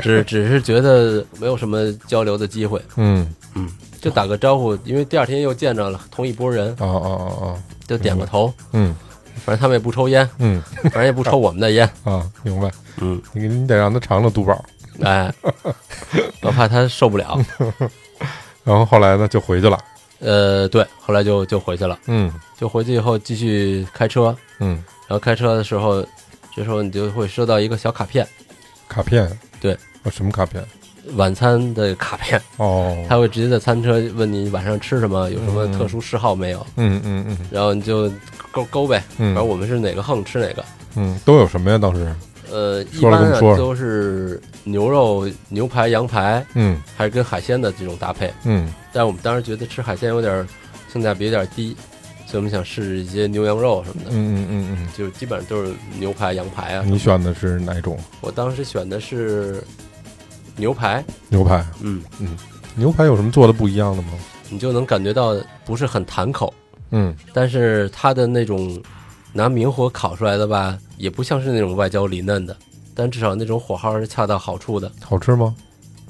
[SPEAKER 2] 只只是觉得没有什么交流的机会，
[SPEAKER 1] 嗯，
[SPEAKER 2] 嗯，就打个招呼，因为第二天又见着了同一拨人，
[SPEAKER 1] 哦哦哦
[SPEAKER 2] 就点个头，
[SPEAKER 1] 哦，嗯
[SPEAKER 2] 反正他们也不抽烟， [laughs]
[SPEAKER 1] 嗯
[SPEAKER 2] 反正也不抽我们的烟，
[SPEAKER 1] 啊，明白。
[SPEAKER 2] 嗯，
[SPEAKER 1] 你你得让他尝尝肚饱。 [laughs]
[SPEAKER 2] 哎，我怕他受不了，
[SPEAKER 1] 然后后来呢，就回去了。
[SPEAKER 2] 呃，对，后来就就回去了，
[SPEAKER 1] 嗯
[SPEAKER 2] 就回去以后继续开车，
[SPEAKER 1] 嗯，
[SPEAKER 2] 然后开车的时候，这时候你就会收到一个小卡片，
[SPEAKER 1] 嗯卡片，
[SPEAKER 2] 对
[SPEAKER 1] 哦，什么卡片？
[SPEAKER 2] 晚餐的卡片，
[SPEAKER 1] 哦，
[SPEAKER 2] 他会直接在餐车问你晚上吃什么，有什么特殊嗜好没有，
[SPEAKER 1] 嗯嗯嗯
[SPEAKER 2] 然后你就勾勾呗，
[SPEAKER 1] 嗯
[SPEAKER 2] 反正我们是哪个横吃哪个。
[SPEAKER 1] 嗯，都有什么呀？当时，
[SPEAKER 2] 呃，一
[SPEAKER 1] 说了跟
[SPEAKER 2] 般
[SPEAKER 1] 我
[SPEAKER 2] 啊
[SPEAKER 1] 说了
[SPEAKER 2] 都是牛肉、牛排、羊排，
[SPEAKER 1] 嗯
[SPEAKER 2] 还是跟海鲜的这种搭配。
[SPEAKER 1] 嗯
[SPEAKER 2] 但是我们当时觉得吃海鲜有点儿性价比有点低，所以我们想试一些牛羊肉什么
[SPEAKER 1] 嗯
[SPEAKER 2] 的，
[SPEAKER 1] 嗯嗯嗯
[SPEAKER 2] 就基本上都是牛排、羊排啊
[SPEAKER 1] 嗯，。你选的是哪种
[SPEAKER 2] 我当时选的是牛排，
[SPEAKER 1] 牛排？
[SPEAKER 2] 嗯，
[SPEAKER 1] 牛排有什么做的不一样的吗？
[SPEAKER 2] 你就能感觉到不是很弹口，
[SPEAKER 1] 嗯
[SPEAKER 2] 但是它的那种拿明火烤出来的吧，也不像是那种外焦里嫩的，但至少那种火候是恰到好处的，
[SPEAKER 1] 好吃吗？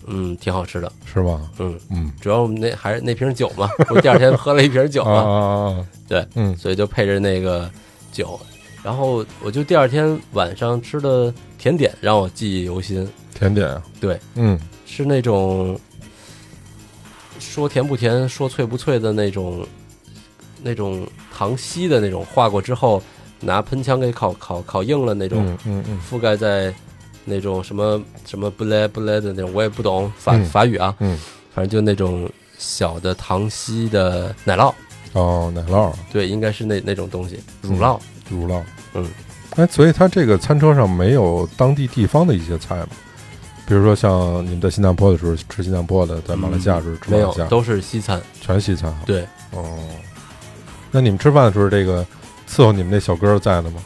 [SPEAKER 2] 嗯，挺好吃的，
[SPEAKER 1] 是吧？
[SPEAKER 2] 嗯。
[SPEAKER 1] 嗯，
[SPEAKER 2] 主要我们那还是那瓶酒嘛，我第二天喝了一瓶酒
[SPEAKER 1] [laughs] 啊
[SPEAKER 2] 嘛，
[SPEAKER 1] 啊啊！
[SPEAKER 2] 对，
[SPEAKER 1] 嗯
[SPEAKER 2] 所以就配着那个酒，然后我就第二天晚上吃的甜点让我记忆犹新，
[SPEAKER 1] 甜点啊，
[SPEAKER 2] 对，
[SPEAKER 1] 嗯
[SPEAKER 2] 是那种说甜不甜、说脆不脆的那种那种糖稀的那种，化过之后拿喷枪给烤烤烤硬了那种，
[SPEAKER 1] 嗯嗯嗯
[SPEAKER 2] 覆盖在那种什么什么不勒不勒的那种，我也不懂法、
[SPEAKER 1] 嗯
[SPEAKER 2] 法语啊，
[SPEAKER 1] 嗯，
[SPEAKER 2] 反正就那种小的糖稀的奶酪，
[SPEAKER 1] 哦，奶酪、
[SPEAKER 2] 对，应该是那那种东西，乳酪，
[SPEAKER 1] 乳酪，
[SPEAKER 2] 嗯，
[SPEAKER 1] 哎，所以它这个餐车上没有当地地方的一些菜吗？比如说像你们在新加坡的时候吃新加坡的，在马来西亚的时候吃马
[SPEAKER 2] 没
[SPEAKER 1] 来
[SPEAKER 2] 有
[SPEAKER 1] 西亚，，
[SPEAKER 2] 都是西餐，
[SPEAKER 1] 全西餐啊。
[SPEAKER 2] 对，
[SPEAKER 1] 哦，那你们吃饭的时候，这个伺候你们那小哥在的吗？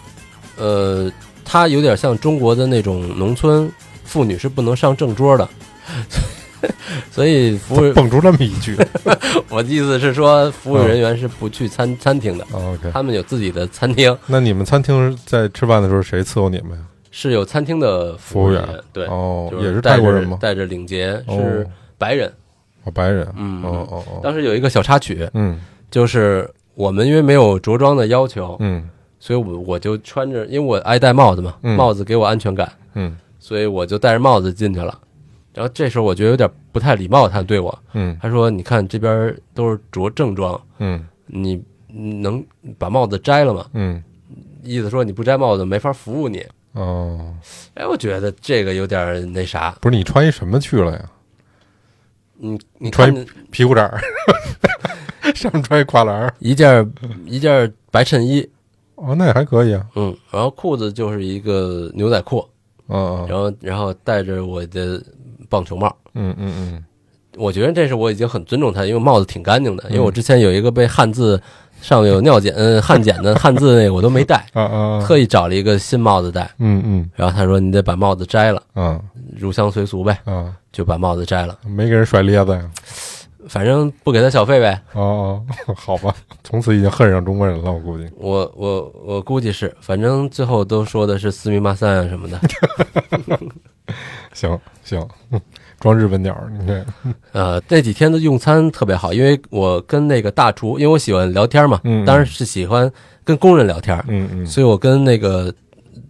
[SPEAKER 2] 呃，它有点像中国的那种农村妇女是不能上正桌的。 [laughs] 所以服务，
[SPEAKER 1] 蹦出这么一
[SPEAKER 2] [laughs]
[SPEAKER 1] 句
[SPEAKER 2] 我的意思是说，服
[SPEAKER 1] 嗯
[SPEAKER 2] 务人员是不去餐餐厅的，
[SPEAKER 1] 哦，OK。
[SPEAKER 2] 他们有自己的餐厅，
[SPEAKER 1] 那你们餐厅在吃饭的时候，谁伺候你们呀？
[SPEAKER 2] 是有餐厅的服
[SPEAKER 1] 服
[SPEAKER 2] 务
[SPEAKER 1] 务
[SPEAKER 2] 员，对，
[SPEAKER 1] 哦，
[SPEAKER 2] 就
[SPEAKER 1] 也是
[SPEAKER 2] 带
[SPEAKER 1] 泰国
[SPEAKER 2] 着
[SPEAKER 1] 人吗？
[SPEAKER 2] 带着领结，
[SPEAKER 1] 哦
[SPEAKER 2] 是白人。
[SPEAKER 1] 哦，白人。
[SPEAKER 2] 嗯
[SPEAKER 1] 哦哦哦。
[SPEAKER 2] 当时有一个小插曲，
[SPEAKER 1] 嗯
[SPEAKER 2] 就是我们因为没有着装的要求，
[SPEAKER 1] 嗯
[SPEAKER 2] 所以我我就穿着，因为我爱戴帽子嘛，
[SPEAKER 1] 嗯
[SPEAKER 2] 帽子给我安全感，
[SPEAKER 1] 嗯
[SPEAKER 2] 所以我就戴着帽子进去了。然后这时候我觉得有点不太礼貌，他对我，
[SPEAKER 1] 嗯
[SPEAKER 2] 他说：“你看这边都是着正装，
[SPEAKER 1] 嗯
[SPEAKER 2] 你能把帽子摘了吗？
[SPEAKER 1] 嗯，
[SPEAKER 2] 意思说你不摘帽子没法服务你。
[SPEAKER 1] 哦，”
[SPEAKER 2] 哎，我觉得这个有点那啥，
[SPEAKER 1] 不是你穿一什么去了呀？
[SPEAKER 2] 你你
[SPEAKER 1] 穿
[SPEAKER 2] 看
[SPEAKER 1] 皮裤衩儿， [laughs] 上面穿一跨栏儿，
[SPEAKER 2] 一件一件白衬衣，
[SPEAKER 1] 哦，那也还可以啊，
[SPEAKER 2] 嗯，然后裤子就是一个牛仔裤，
[SPEAKER 1] 哦哦，
[SPEAKER 2] 然后然后戴着我的棒球帽。
[SPEAKER 1] 嗯嗯
[SPEAKER 2] 我觉得这是我已经很尊重他，因为帽子挺干净
[SPEAKER 1] 嗯
[SPEAKER 2] 的。因为我之前有一个被汉字上面有尿检，嗯，汗
[SPEAKER 1] [laughs]
[SPEAKER 2] 检的 [laughs] 汉字那个我都没戴，
[SPEAKER 1] 嗯，啊啊，啊
[SPEAKER 2] 特意找了一个新帽子戴。
[SPEAKER 1] 嗯嗯
[SPEAKER 2] 然后他说：“你得把帽子摘了，
[SPEAKER 1] 啊
[SPEAKER 2] 入乡随俗呗，
[SPEAKER 1] 啊，
[SPEAKER 2] 就把帽子摘了，
[SPEAKER 1] 没给人甩咧子呀？
[SPEAKER 2] 反正不给他小费呗。
[SPEAKER 1] 哦哦， [laughs] 好吧，从此已经恨上中国人了，我估计。
[SPEAKER 2] 我我我估计是，反正最后都说的是斯密马三啊什
[SPEAKER 1] [laughs]
[SPEAKER 2] 么的，
[SPEAKER 1] 行行， [laughs] 装日本鸟儿，你这个，
[SPEAKER 2] 呃，那几天的用餐特别好，因为我跟那个大厨，因为我喜欢聊天嘛，
[SPEAKER 1] 嗯嗯
[SPEAKER 2] 当然是喜欢跟工人聊天，
[SPEAKER 1] 嗯嗯
[SPEAKER 2] 所以我跟那个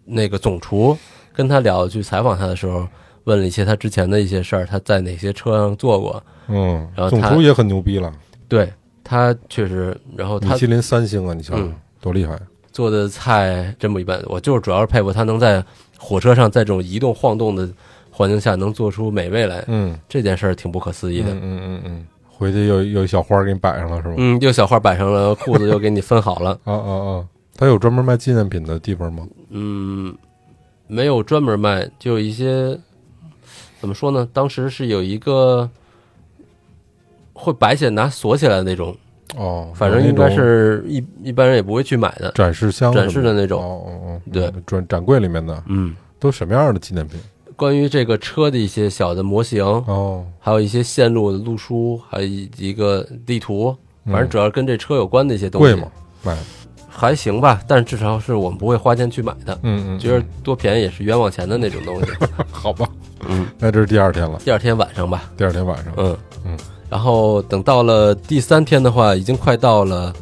[SPEAKER 2] 那个总厨跟他聊，去采访他的时候，问了一些他之前的一些事儿，他在哪些车上坐过，
[SPEAKER 1] 嗯
[SPEAKER 2] 然后，
[SPEAKER 1] 总
[SPEAKER 2] 他
[SPEAKER 1] 厨也很牛逼了，
[SPEAKER 2] 对他确实，然后
[SPEAKER 1] 米
[SPEAKER 2] 他
[SPEAKER 1] 其林三星啊，你想
[SPEAKER 2] 嗯
[SPEAKER 1] 想多厉害！
[SPEAKER 2] 做的菜真不一般，我就是主要是佩服他能在火车上，在这种移动晃动的环境下能做出美味来，
[SPEAKER 1] 嗯，
[SPEAKER 2] 这件事儿挺不可思议的。
[SPEAKER 1] 嗯嗯嗯嗯，回去又又一小花给你摆上了是吧？
[SPEAKER 2] 嗯，又小画摆上了，裤子又给你分好了。
[SPEAKER 1] 啊啊啊！他有专门卖纪念品的地方吗？
[SPEAKER 2] 嗯，没有专门卖，就有一些怎么说呢？当时是有一个会摆起来拿锁起来的那种，
[SPEAKER 1] 哦，
[SPEAKER 2] 反
[SPEAKER 1] 有
[SPEAKER 2] 正
[SPEAKER 1] 那
[SPEAKER 2] 应该
[SPEAKER 1] 种
[SPEAKER 2] 是一一般人也不会去买的。
[SPEAKER 1] 展示箱
[SPEAKER 2] 展示的那种
[SPEAKER 1] 哦哦哦，
[SPEAKER 2] 对
[SPEAKER 1] 嗯，展展柜里面的
[SPEAKER 2] 嗯，
[SPEAKER 1] 都什么样的纪念品？
[SPEAKER 2] 关于这个车的一些小的模型，
[SPEAKER 1] 哦，
[SPEAKER 2] 还有一些线路的路书，还有一一个地图，
[SPEAKER 1] 嗯
[SPEAKER 2] 反正主要跟这车有关的一些东西。
[SPEAKER 1] 贵吗？？卖的？
[SPEAKER 2] 还行吧，但至少是我们不会花钱去买的，
[SPEAKER 1] 嗯嗯，
[SPEAKER 2] 觉得多便宜也是冤枉钱的那种东西。 [laughs]
[SPEAKER 1] [laughs] 好吧。
[SPEAKER 2] 嗯，
[SPEAKER 1] 那这是第二天了，
[SPEAKER 2] 第二天晚上吧，
[SPEAKER 1] 第二天晚上，
[SPEAKER 2] 嗯
[SPEAKER 1] 嗯，
[SPEAKER 2] 然后等到了第三天的话，已经快到了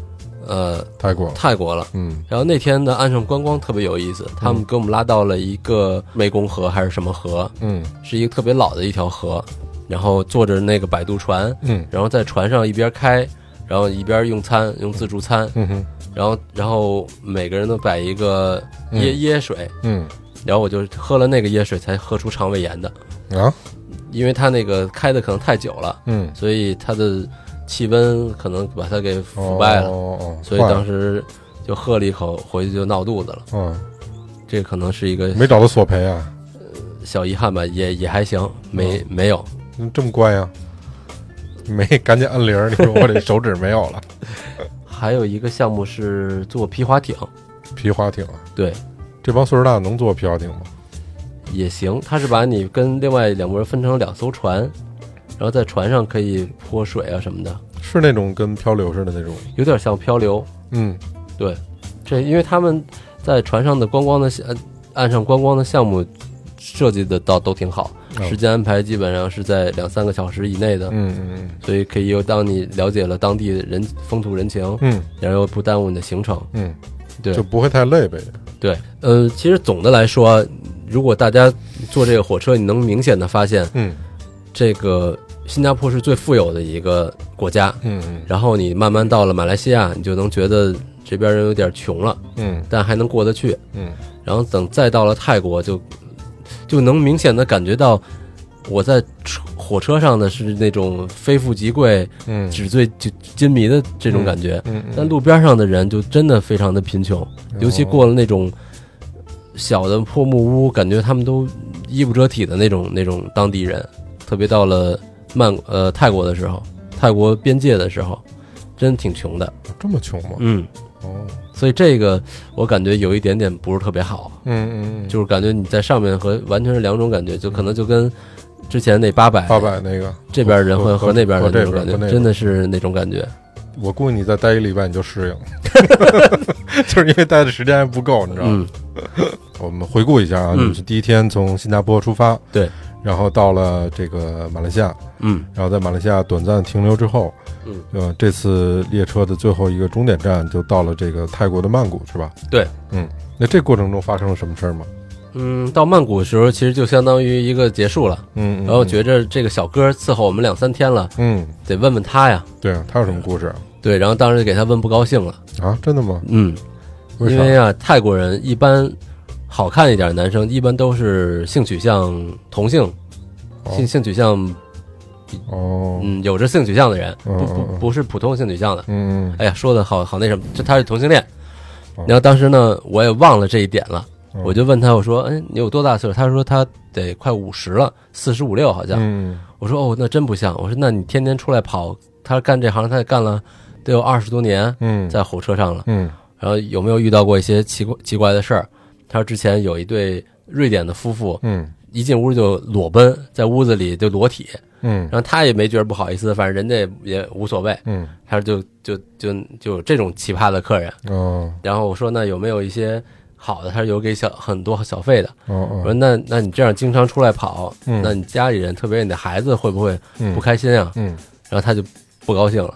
[SPEAKER 2] 呃
[SPEAKER 1] 泰国了，
[SPEAKER 2] 泰国了。
[SPEAKER 1] 嗯
[SPEAKER 2] 然后那天的岸上观光特别有意思，他们给我们拉到了一个湄公河还是什么河，
[SPEAKER 1] 嗯
[SPEAKER 2] 是一个特别老的一条河，然后坐着那个摆渡船，
[SPEAKER 1] 嗯
[SPEAKER 2] 然后在船上一边开，然后一边用餐，用自助餐，
[SPEAKER 1] 嗯哼
[SPEAKER 2] 然后然后每个人都摆一个椰椰水，
[SPEAKER 1] 嗯
[SPEAKER 2] 然后我就喝了那个椰水才喝出肠胃炎的，
[SPEAKER 1] 啊
[SPEAKER 2] 因为它那个开的可能太久了。
[SPEAKER 1] 嗯，
[SPEAKER 2] 所以它的气温可能把它给腐败了，
[SPEAKER 1] 哦哦，
[SPEAKER 2] 所以当时就喝了一口，回去就闹肚子了。
[SPEAKER 1] 嗯
[SPEAKER 2] 这可能是一个
[SPEAKER 1] 没找到索赔啊，
[SPEAKER 2] 小遗憾吧，也也还行，没、
[SPEAKER 1] 哦
[SPEAKER 2] 没有。
[SPEAKER 1] 你嗯这么乖呀、没赶紧按铃儿，你说我这手指没有了， [laughs]
[SPEAKER 2] 还有一个项目是坐皮划艇，
[SPEAKER 1] 皮划艇啊，
[SPEAKER 2] 对，
[SPEAKER 1] 这帮岁数大能坐皮划艇吗？
[SPEAKER 2] 也行。它是把你跟另外两拨人分成两艘船，然后在船上可以泼水啊什么的，
[SPEAKER 1] 是那种跟漂流似的那种，
[SPEAKER 2] 有点像漂流。
[SPEAKER 1] 嗯
[SPEAKER 2] 对，这因为他们在船上的观光的呃岸上观光的项目设计的倒都挺好，
[SPEAKER 1] 嗯
[SPEAKER 2] 时间安排基本上是在两三个小时以内的，
[SPEAKER 1] 嗯嗯
[SPEAKER 2] 所以可以又当你了解了当地人风土人情，
[SPEAKER 1] 嗯
[SPEAKER 2] 然后又不耽误你的行程。
[SPEAKER 1] 嗯
[SPEAKER 2] 对
[SPEAKER 1] 嗯，就不会太累呗，
[SPEAKER 2] 对，呃，其实总的来说，如果大家坐这个火车，你能明显的发现，
[SPEAKER 1] 嗯
[SPEAKER 2] 这个新加坡是最富有的一个国家。
[SPEAKER 1] 嗯嗯
[SPEAKER 2] 然后你慢慢到了马来西亚，你就能觉得这边人有点穷了，
[SPEAKER 1] 嗯
[SPEAKER 2] 但还能过得去。
[SPEAKER 1] 嗯
[SPEAKER 2] 然后等再到了泰国就，就能明显的感觉到我在车火车上的是那种非富即贵、
[SPEAKER 1] 嗯
[SPEAKER 2] 纸醉金金迷的这种感觉，
[SPEAKER 1] 嗯嗯，
[SPEAKER 2] 但路边上的人就真的非常的贫穷，尤其过了那种小的破木屋，感觉他们都衣不遮体的那种那种当地人，特别到了曼呃泰国的时候，泰国边界的时候，真挺穷的，
[SPEAKER 1] 这么穷吗？
[SPEAKER 2] 嗯，
[SPEAKER 1] 哦，
[SPEAKER 2] 所以这个我感觉有一点点不是特别好。
[SPEAKER 1] 嗯嗯嗯，
[SPEAKER 2] 就是感觉你在上面和完全是两种感觉，就可能就跟之前那八百
[SPEAKER 1] 八百那个
[SPEAKER 2] 这边人和
[SPEAKER 1] 和
[SPEAKER 2] 那边的
[SPEAKER 1] 和
[SPEAKER 2] 那
[SPEAKER 1] 这
[SPEAKER 2] 种感
[SPEAKER 1] 和那
[SPEAKER 2] 觉，
[SPEAKER 1] 边
[SPEAKER 2] 真的是那种感觉。
[SPEAKER 1] 我估计你再待一礼拜你就适应了， [laughs] 就是因为待的时间还不够，你知道吗？
[SPEAKER 2] 嗯，
[SPEAKER 1] 我们回顾一下啊，
[SPEAKER 2] 嗯
[SPEAKER 1] 你是第一天从新加坡出发，
[SPEAKER 2] 对，
[SPEAKER 1] 然后到了这个马来西亚，
[SPEAKER 2] 嗯
[SPEAKER 1] 然后在马来西亚短暂停留之后，
[SPEAKER 2] 嗯，
[SPEAKER 1] 呃，这次列车的最后一个终点站就到了这个泰国的曼谷，是吧？
[SPEAKER 2] 对，
[SPEAKER 1] 嗯，那这过程中发生了什么事儿吗？
[SPEAKER 2] 嗯，到曼谷的时候，其实就相当于一个结束了。
[SPEAKER 1] 嗯，嗯
[SPEAKER 2] 然后觉着这个小哥伺候我们两三天了，
[SPEAKER 1] 嗯，
[SPEAKER 2] 得问问他呀。
[SPEAKER 1] 对啊，他有什么故事
[SPEAKER 2] 对，然后当时就给他问不高兴了。
[SPEAKER 1] 啊？真的吗？
[SPEAKER 2] 嗯，
[SPEAKER 1] 为啥
[SPEAKER 2] 因为啊，泰国人一般好看一点的男生，一般都是性取向同性，
[SPEAKER 1] 哦
[SPEAKER 2] 性性取向
[SPEAKER 1] 哦，
[SPEAKER 2] 嗯有着性取向的人，
[SPEAKER 1] 嗯
[SPEAKER 2] 不不
[SPEAKER 1] 嗯嗯
[SPEAKER 2] 不是普通性取向的。
[SPEAKER 1] 嗯
[SPEAKER 2] 哎呀，说的好好那什么，就他是同性恋
[SPEAKER 1] 哦。
[SPEAKER 2] 然后当时呢，我也忘了这一点了，
[SPEAKER 1] 嗯
[SPEAKER 2] 我就问他，我说：“哎，你有多大岁数？”他说：“他得快五十了，四十五六好像。
[SPEAKER 1] 嗯
[SPEAKER 2] 我说：“哦，那真不像。”我说：“那你天天出来跑，他干这行，他也干了得有二十多年，
[SPEAKER 1] 嗯
[SPEAKER 2] 在火车上了。
[SPEAKER 1] 嗯
[SPEAKER 2] 然后有没有遇到过一些奇怪奇怪的事儿？”他说：“之前有一对瑞典的夫妇，
[SPEAKER 1] 嗯
[SPEAKER 2] 一进屋就裸奔，在屋子里就裸体，
[SPEAKER 1] 嗯
[SPEAKER 2] 然后他也没觉得不好意思，反正人家也也无所谓。
[SPEAKER 1] 嗯
[SPEAKER 2] 他说就就就就有这种奇葩的客人。
[SPEAKER 1] 哦
[SPEAKER 2] 然后我说那有没有一些好的？他说有给小很多小费的。
[SPEAKER 1] 哦
[SPEAKER 2] 我说
[SPEAKER 1] 哦，
[SPEAKER 2] 那那你这样经常出来跑，
[SPEAKER 1] 嗯
[SPEAKER 2] 那你家里人，特别是你的孩子，会不会
[SPEAKER 1] 嗯
[SPEAKER 2] 不开心啊？
[SPEAKER 1] 嗯
[SPEAKER 2] 然后他就不高兴了，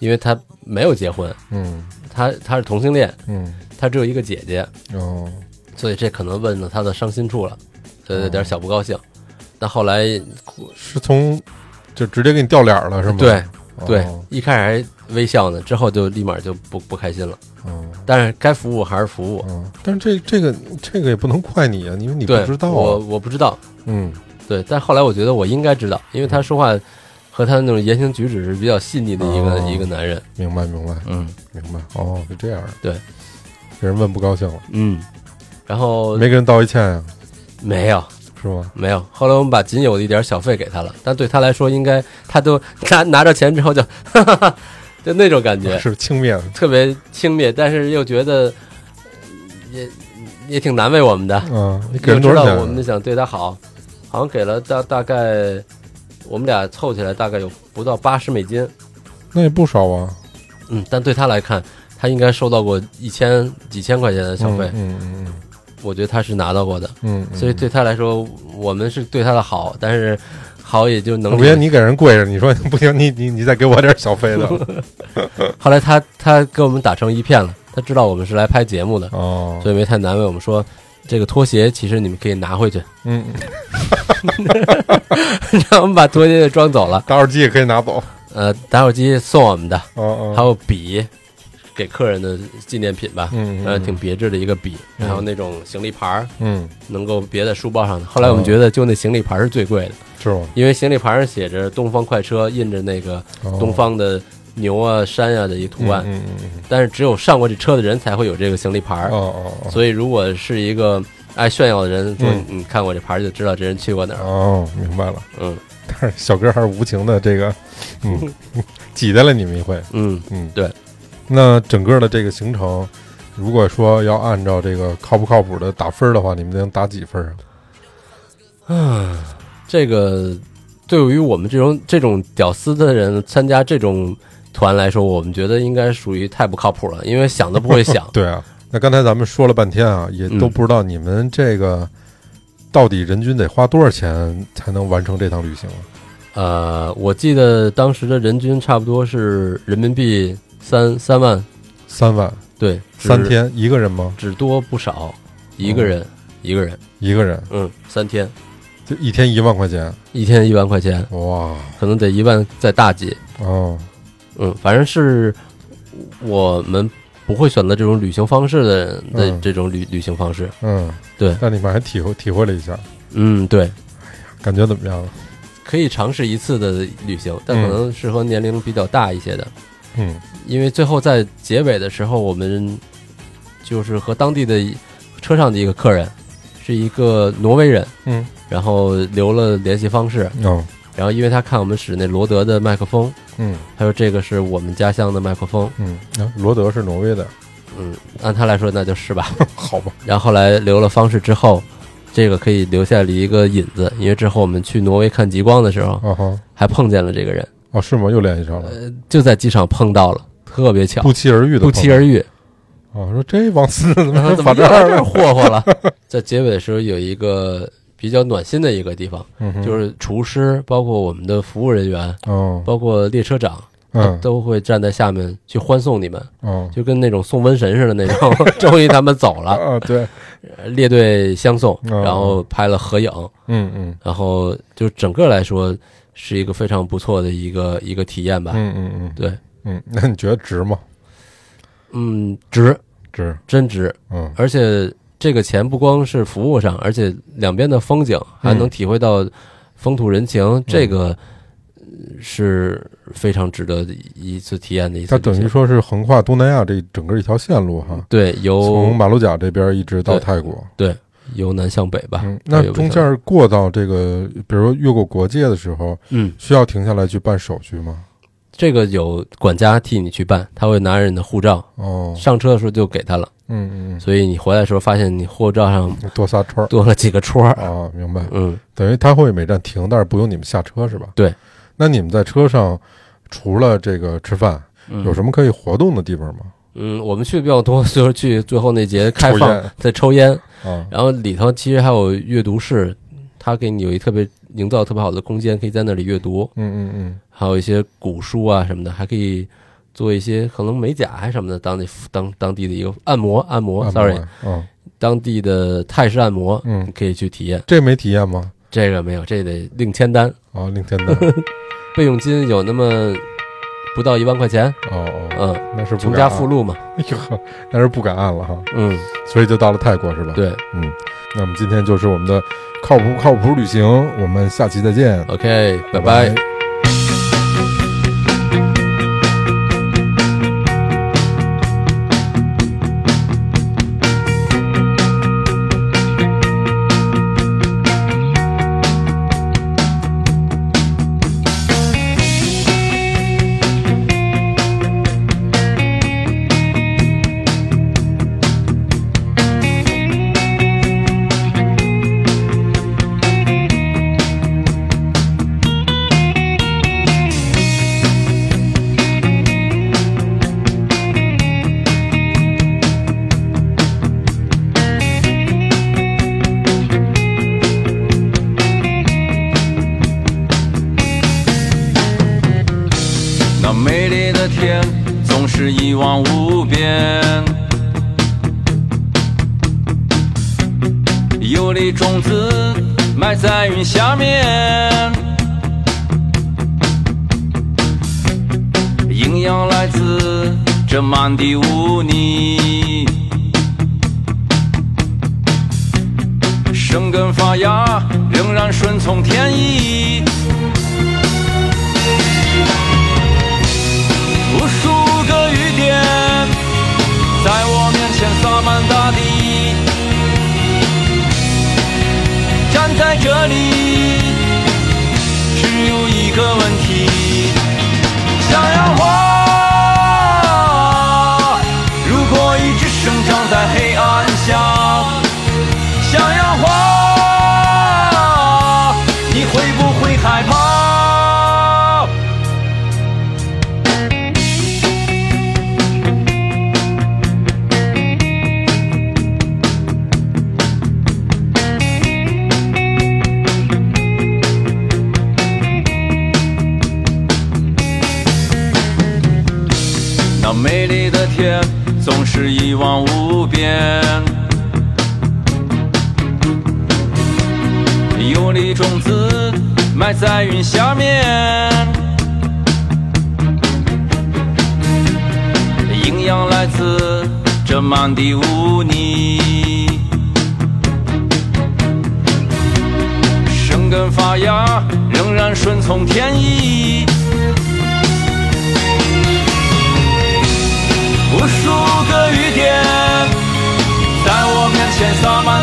[SPEAKER 2] 因为他没有结婚，
[SPEAKER 1] 嗯
[SPEAKER 2] 他他是同性恋，
[SPEAKER 1] 嗯
[SPEAKER 2] 他只有一个姐姐，
[SPEAKER 1] 哦
[SPEAKER 2] 所以这可能问到他的伤心处了，所以有点小不高兴。但后来
[SPEAKER 1] 是从就直接给你掉脸儿了是吗？
[SPEAKER 2] 对
[SPEAKER 1] 哦
[SPEAKER 2] 对，一开始还微笑呢，之后就立马就不不开心了。
[SPEAKER 1] 哦
[SPEAKER 2] 但是该服务还是服务，
[SPEAKER 1] 哦，但是这这个这个也不能怪你啊，因为你不
[SPEAKER 2] 对，
[SPEAKER 1] 知道
[SPEAKER 2] 我
[SPEAKER 1] 啊，
[SPEAKER 2] 我不知道，
[SPEAKER 1] 嗯
[SPEAKER 2] 对，但后来我觉得我应该知道，因为他说话和他那种言行举止是比较细腻的一个、
[SPEAKER 1] 哦
[SPEAKER 2] 一个男人。
[SPEAKER 1] 明白明白
[SPEAKER 2] 嗯
[SPEAKER 1] 明白，哦是这样的，
[SPEAKER 2] 对，
[SPEAKER 1] 给人问不高兴了，
[SPEAKER 2] 嗯，然后
[SPEAKER 1] 没给人道一歉啊，
[SPEAKER 2] 没有
[SPEAKER 1] 是吗？
[SPEAKER 2] 没有，后来我们把仅有的一点小费给他了，但对他来说，应该他都 [laughs] 拿拿着钱之后就， [laughs] 哈哈哈，就那种感觉，
[SPEAKER 1] [laughs] 是轻蔑的，
[SPEAKER 2] 特别轻蔑，但是又觉得呃也也挺难为我们的。
[SPEAKER 1] 嗯，你给
[SPEAKER 2] 就
[SPEAKER 1] 人多
[SPEAKER 2] 知
[SPEAKER 1] 少
[SPEAKER 2] 道
[SPEAKER 1] 钱啊？
[SPEAKER 2] 我们就想对他好，好像给了大大概，我们俩凑起来大概有不到八十美金。
[SPEAKER 1] 那也不少啊，
[SPEAKER 2] 嗯，但对他来看，他应该收到过一千几千块钱的小费，
[SPEAKER 1] 嗯嗯嗯
[SPEAKER 2] 我觉得他是拿到过的。
[SPEAKER 1] 嗯，嗯
[SPEAKER 2] 所以对他来说，我们是对他的好，但是好也就能
[SPEAKER 1] 不行，你给人跪着，你说不行，你你你再给我点小费
[SPEAKER 2] [laughs]
[SPEAKER 1] 的
[SPEAKER 2] 后来他他跟我们打成一片了，他知道我们是来拍节目的，
[SPEAKER 1] 哦，
[SPEAKER 2] 所以没太难为我们说。这个拖鞋其实你们可以拿回去， [laughs]
[SPEAKER 1] 嗯，嗯
[SPEAKER 2] 让我们把拖鞋给装走了。
[SPEAKER 1] 打火机也可以拿走，
[SPEAKER 2] 呃，打火机送我们的，
[SPEAKER 1] 哦哦，
[SPEAKER 2] 还有笔，给客人的纪念品吧，
[SPEAKER 1] 嗯，嗯，
[SPEAKER 2] 呃，挺别致的一个笔，
[SPEAKER 1] 嗯
[SPEAKER 2] 然后那种行李牌儿
[SPEAKER 1] 嗯，
[SPEAKER 2] 能够别在书包上的。后来我们
[SPEAKER 1] 哦
[SPEAKER 2] 觉得就那行李牌儿是最贵的，
[SPEAKER 1] 是吗？
[SPEAKER 2] 因为行李牌儿上写着“东方快车”，印着那个
[SPEAKER 1] 哦
[SPEAKER 2] 东方的牛啊、山啊的一图案，
[SPEAKER 1] 嗯嗯嗯
[SPEAKER 2] 但是只有上过这车的人才会有这个行李牌
[SPEAKER 1] 嗯，
[SPEAKER 2] 儿，
[SPEAKER 1] 哦哦
[SPEAKER 2] 所以如果是一个爱炫耀的人，说
[SPEAKER 1] 嗯
[SPEAKER 2] 你看过这牌儿就知道这人去过哪
[SPEAKER 1] 哦，
[SPEAKER 2] 儿，
[SPEAKER 1] 哦，明白了。
[SPEAKER 2] 嗯
[SPEAKER 1] 但是 [laughs] 小哥还是无情的，这个，嗯， [laughs] 挤兑了你们一回，
[SPEAKER 2] 嗯。
[SPEAKER 1] 嗯，
[SPEAKER 2] 对。
[SPEAKER 1] 那整个的这个行程，如果说要按照这个靠不靠谱的打分的话，你们能打几分啊？。
[SPEAKER 2] 这个对于我们这种这种屌丝的人参加这种团来说，我们觉得应该属于太不靠谱了，因为想都不会想
[SPEAKER 1] [laughs] 对啊，那刚才咱们说了半天啊，也都
[SPEAKER 2] 嗯
[SPEAKER 1] 不知道你们这个到底人均得花多少钱才能完成这趟旅行啊？
[SPEAKER 2] 呃，我记得当时的人均差不多是人民币三三万，
[SPEAKER 1] 三万
[SPEAKER 2] 对，只
[SPEAKER 1] 三，天哦一个人吗？
[SPEAKER 2] 只多不少，一个人、一个人，
[SPEAKER 1] 一个人
[SPEAKER 2] 嗯，三天
[SPEAKER 1] 就一天一万块钱，
[SPEAKER 2] 一天一万块钱，
[SPEAKER 1] 哇
[SPEAKER 2] 可能得一万再大几，
[SPEAKER 1] 哦，
[SPEAKER 2] 嗯，反正是我们不会选择这种旅行方式的人的
[SPEAKER 1] 嗯
[SPEAKER 2] 这种旅、旅行方式，
[SPEAKER 1] 嗯，
[SPEAKER 2] 对
[SPEAKER 1] 但你们还体会体会了一下，
[SPEAKER 2] 嗯，对。
[SPEAKER 1] 感觉怎么样啊？
[SPEAKER 2] 可以尝试一次的旅行，但可能适合年龄比较大一些的，
[SPEAKER 1] 嗯
[SPEAKER 2] 因为最后在结尾的时候，我们就是和当地的一车上的一个客人，是一个挪威人，
[SPEAKER 1] 嗯
[SPEAKER 2] 然后留了联系方式，
[SPEAKER 1] 哦
[SPEAKER 2] 然后因为他看我们使那罗德的麦克风，
[SPEAKER 1] 嗯
[SPEAKER 2] 他说这个是我们家乡的麦克风，
[SPEAKER 1] 嗯，啊罗德是挪威的，
[SPEAKER 2] 嗯，按他来说那就是吧。
[SPEAKER 1] 好吧？
[SPEAKER 2] 然后后来留了方式之后，这个可以留下了一个引子，因为之后我们去挪威看极光的时候，
[SPEAKER 1] 啊哈，
[SPEAKER 2] 还碰见了这个人。
[SPEAKER 1] 哦是吗？又联系上了，
[SPEAKER 2] 呃，就在机场碰到了，特别巧，
[SPEAKER 1] 不期而遇的
[SPEAKER 2] 呃不
[SPEAKER 1] 碰
[SPEAKER 2] 期而遇。
[SPEAKER 1] 啊，说这王四怎
[SPEAKER 2] 然后
[SPEAKER 1] 么
[SPEAKER 2] 怎
[SPEAKER 1] [laughs]
[SPEAKER 2] 么
[SPEAKER 1] 把
[SPEAKER 2] 又
[SPEAKER 1] 这
[SPEAKER 2] 来这
[SPEAKER 1] 儿
[SPEAKER 2] [laughs] 儿霍霍了？在结尾的时候有一个比比较暖心的一个地方，
[SPEAKER 1] 嗯哼，
[SPEAKER 2] [laughs] 就是厨师，包括我们的服务人员，
[SPEAKER 1] 哦，
[SPEAKER 2] 包括列车长，
[SPEAKER 1] 嗯
[SPEAKER 2] 都会站在下面去欢送你们，
[SPEAKER 1] 哦，
[SPEAKER 2] 就跟那种送瘟神似的那
[SPEAKER 1] [laughs]
[SPEAKER 2] 种。终于他们走了，
[SPEAKER 1] 啊，对，
[SPEAKER 2] 列队相送，
[SPEAKER 1] 哦
[SPEAKER 2] 然后拍了合影，
[SPEAKER 1] 嗯嗯
[SPEAKER 2] 然后就整个来说是一个非常不错的一个一个体验吧。
[SPEAKER 1] 嗯嗯嗯
[SPEAKER 2] 对，
[SPEAKER 1] 嗯，那你觉得值吗？
[SPEAKER 2] 嗯，值，
[SPEAKER 1] 值，
[SPEAKER 2] 真值，
[SPEAKER 1] 嗯
[SPEAKER 2] 而且这个钱不光是服务上，而且两边的风景还能体会到风土人情，
[SPEAKER 1] 嗯
[SPEAKER 2] 这个呃是非常值得一次体验的一次
[SPEAKER 1] 它
[SPEAKER 2] 旅行。
[SPEAKER 1] 等于说是横跨东南亚这整个一条线路哈，
[SPEAKER 2] 对，由
[SPEAKER 1] 从马六甲这边一直到泰国。
[SPEAKER 2] 嗯对由南向北吧。
[SPEAKER 1] 嗯，那
[SPEAKER 2] 有个
[SPEAKER 1] 中
[SPEAKER 2] 小
[SPEAKER 1] 间过到这个，比如越过国界的时候，
[SPEAKER 2] 嗯，
[SPEAKER 1] 需要停下来去办手续吗？
[SPEAKER 2] 这个有管家替你去办，他会拿着你的护照，
[SPEAKER 1] 哦，
[SPEAKER 2] 上车的时候就给他了，
[SPEAKER 1] 嗯嗯
[SPEAKER 2] 所以你回来的时候发现你护
[SPEAKER 1] [laughs]
[SPEAKER 2] 照上
[SPEAKER 1] 嗯，多仨圈儿。
[SPEAKER 2] 多了几个戳儿。
[SPEAKER 1] 哦，明白。
[SPEAKER 2] 嗯，
[SPEAKER 1] 等于他会每站停，但是不用你们下车是吧？
[SPEAKER 2] 对。
[SPEAKER 1] 那你们在车上除了这个吃饭，有什么可以活动的地方吗？
[SPEAKER 2] 嗯，我们去的比较多， [laughs] 就是去最后那节开
[SPEAKER 1] 抽
[SPEAKER 2] 放
[SPEAKER 1] 烟
[SPEAKER 2] 在抽烟，
[SPEAKER 1] 啊，
[SPEAKER 2] 然后里头其实还有阅读室，它给你有一特别营造特别好的空间，可以在那里阅读，
[SPEAKER 1] 嗯嗯嗯，
[SPEAKER 2] 还有一些古书啊什么的，还可以做一些可能美甲还什么的，当地当当地的一个按摩按摩
[SPEAKER 1] 按摩
[SPEAKER 2] s o r r y
[SPEAKER 1] 嗯，
[SPEAKER 2] 当地的泰式按摩，
[SPEAKER 1] 嗯
[SPEAKER 2] 你可以去体验。
[SPEAKER 1] 这没体验吗？
[SPEAKER 2] 这个没有，这得另签单，
[SPEAKER 1] 哦，另
[SPEAKER 2] [laughs]
[SPEAKER 1] 天单，
[SPEAKER 2] 备用金有那么不到一万块钱，
[SPEAKER 1] 哦哦，
[SPEAKER 2] 嗯，
[SPEAKER 1] 那是不
[SPEAKER 2] 穷
[SPEAKER 1] 敢
[SPEAKER 2] 家
[SPEAKER 1] 按
[SPEAKER 2] 富路嘛，
[SPEAKER 1] 哎呦呵，那是不敢按了哈，
[SPEAKER 2] 嗯，
[SPEAKER 1] 所以就到了泰国是吧？，
[SPEAKER 2] 对
[SPEAKER 1] 嗯，那我们今天就是我们的靠谱不靠谱旅行，我们下期再见，
[SPEAKER 2] ，OK，拜
[SPEAKER 1] 拜
[SPEAKER 2] 拜。
[SPEAKER 3] 那美丽的天总是一望无边，有粒种子埋在云下面，营养来自这满地污泥，生根发芽仍然顺从天意。无数个雨点在我面前洒满大地，站在这里，只有一个问题：想要花，如果一直生长在黑暗下，想要花，你会不会害怕？那美丽的天总是一望无边。有粒种子埋在云下面，营养来自这满地污泥，生根发芽仍然顺从天意。无数个雨点在我面前洒满